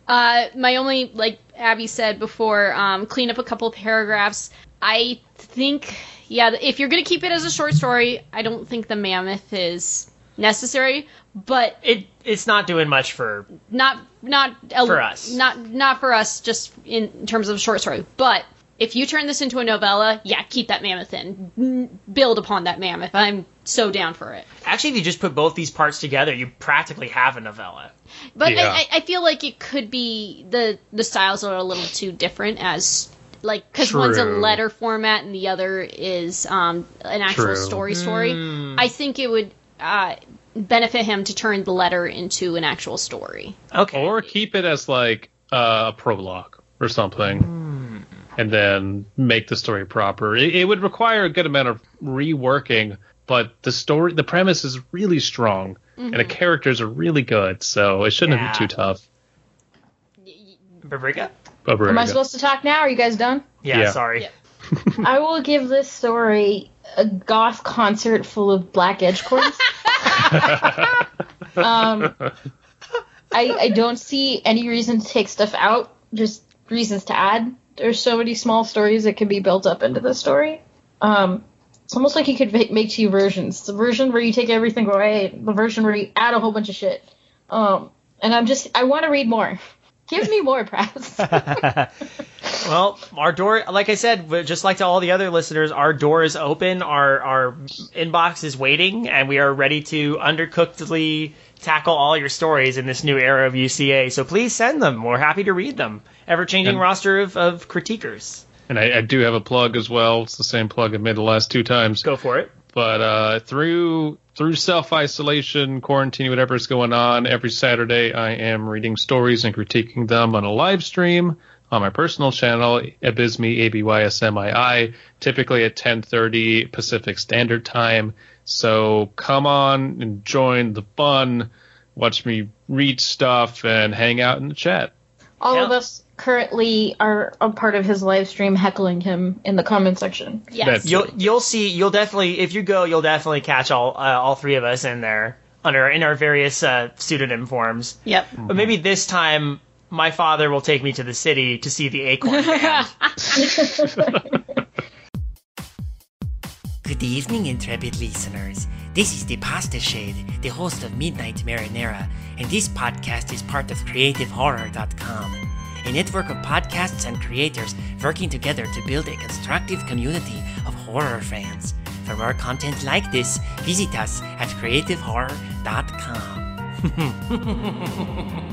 Speaker 3: Uh, my only, like Abby said before, um, clean up a couple paragraphs. I think, yeah, if you're going to keep it as a short story, I don't think the mammoth is necessary, but
Speaker 1: it it's not doing much for
Speaker 3: not not
Speaker 1: For us.
Speaker 3: not not for us, just in terms of short story. But if you turn this into a novella, yeah, keep that mammoth in, N- build upon that mammoth. I'm so down for it.
Speaker 1: actually. If you just put both these parts together, you practically have a novella.
Speaker 3: But
Speaker 2: Yeah.
Speaker 3: I, I, I feel like it could be the the styles are a little too different as like because one's a
Speaker 2: True.
Speaker 3: letter format and the other is um, an actual
Speaker 2: True.
Speaker 3: story story. I think it would uh, benefit him to turn the letter into an actual story.
Speaker 1: Okay.
Speaker 2: Or keep it as like uh, a prologue or something,
Speaker 8: Hmm.
Speaker 2: and then make the story proper. It, it would require a good amount of reworking, but the story, the premise is really strong, and
Speaker 8: Mm-hmm.
Speaker 2: the characters are really good, so it shouldn't
Speaker 1: Yeah.
Speaker 2: be too tough.
Speaker 1: Babriga?
Speaker 2: But we're
Speaker 8: Am I
Speaker 2: gonna-
Speaker 8: supposed to talk now? Are you guys done?
Speaker 1: Yeah,
Speaker 2: Yeah.
Speaker 1: sorry.
Speaker 3: Yep.
Speaker 8: I will give this story a goth concert full of black edge chords. um, I I don't see any reason to take stuff out. Just reasons to add. There's so many small stories that can be built up into the story. Um, it's almost like you could make, make two versions: the version where you take everything away, the version where you add a whole bunch of shit. Um, and I'm just I want to read more. Give me more, press.
Speaker 1: Well, our door, like I said, w- just like to all the other listeners, our door is open. Our our inbox is waiting, and we are ready to undercookedly tackle all your stories in this new era of UCA. So please send them. We're happy to read them. Ever changing
Speaker 2: And-
Speaker 1: roster of, of critiquers.
Speaker 2: and I, I do have a plug as well. It's the same plug I've made the last two times.
Speaker 1: Go for it.
Speaker 2: but uh, through through self isolation, quarantine, whatever's going on, every Saturday I am reading stories and critiquing them on a live stream on my personal channel, Abysmi A B Y S M I I, typically at ten thirty Pacific Standard Time. So come on and join the fun, watch me read stuff and hang out in the chat.
Speaker 8: All of
Speaker 1: Yeah.
Speaker 8: us currently are a part of his live stream heckling him in the comment section.
Speaker 3: Yes.
Speaker 2: That's-
Speaker 1: You'll you'll see. You'll definitely if you go, you'll definitely catch all uh, all three of us in there under in our various uh, pseudonym forms.
Speaker 3: Yep.
Speaker 1: But maybe this time, my father will take me to the city to see the acorn. Band.
Speaker 5: Good evening, intrepid listeners. This is the Pasta Shade, the host of Midnight Marinera, and this podcast is part of CreativeHorror.com, a network of podcasts and creators working together to build a constructive community of horror fans. For more content like this, visit us at CreativeHorror.com.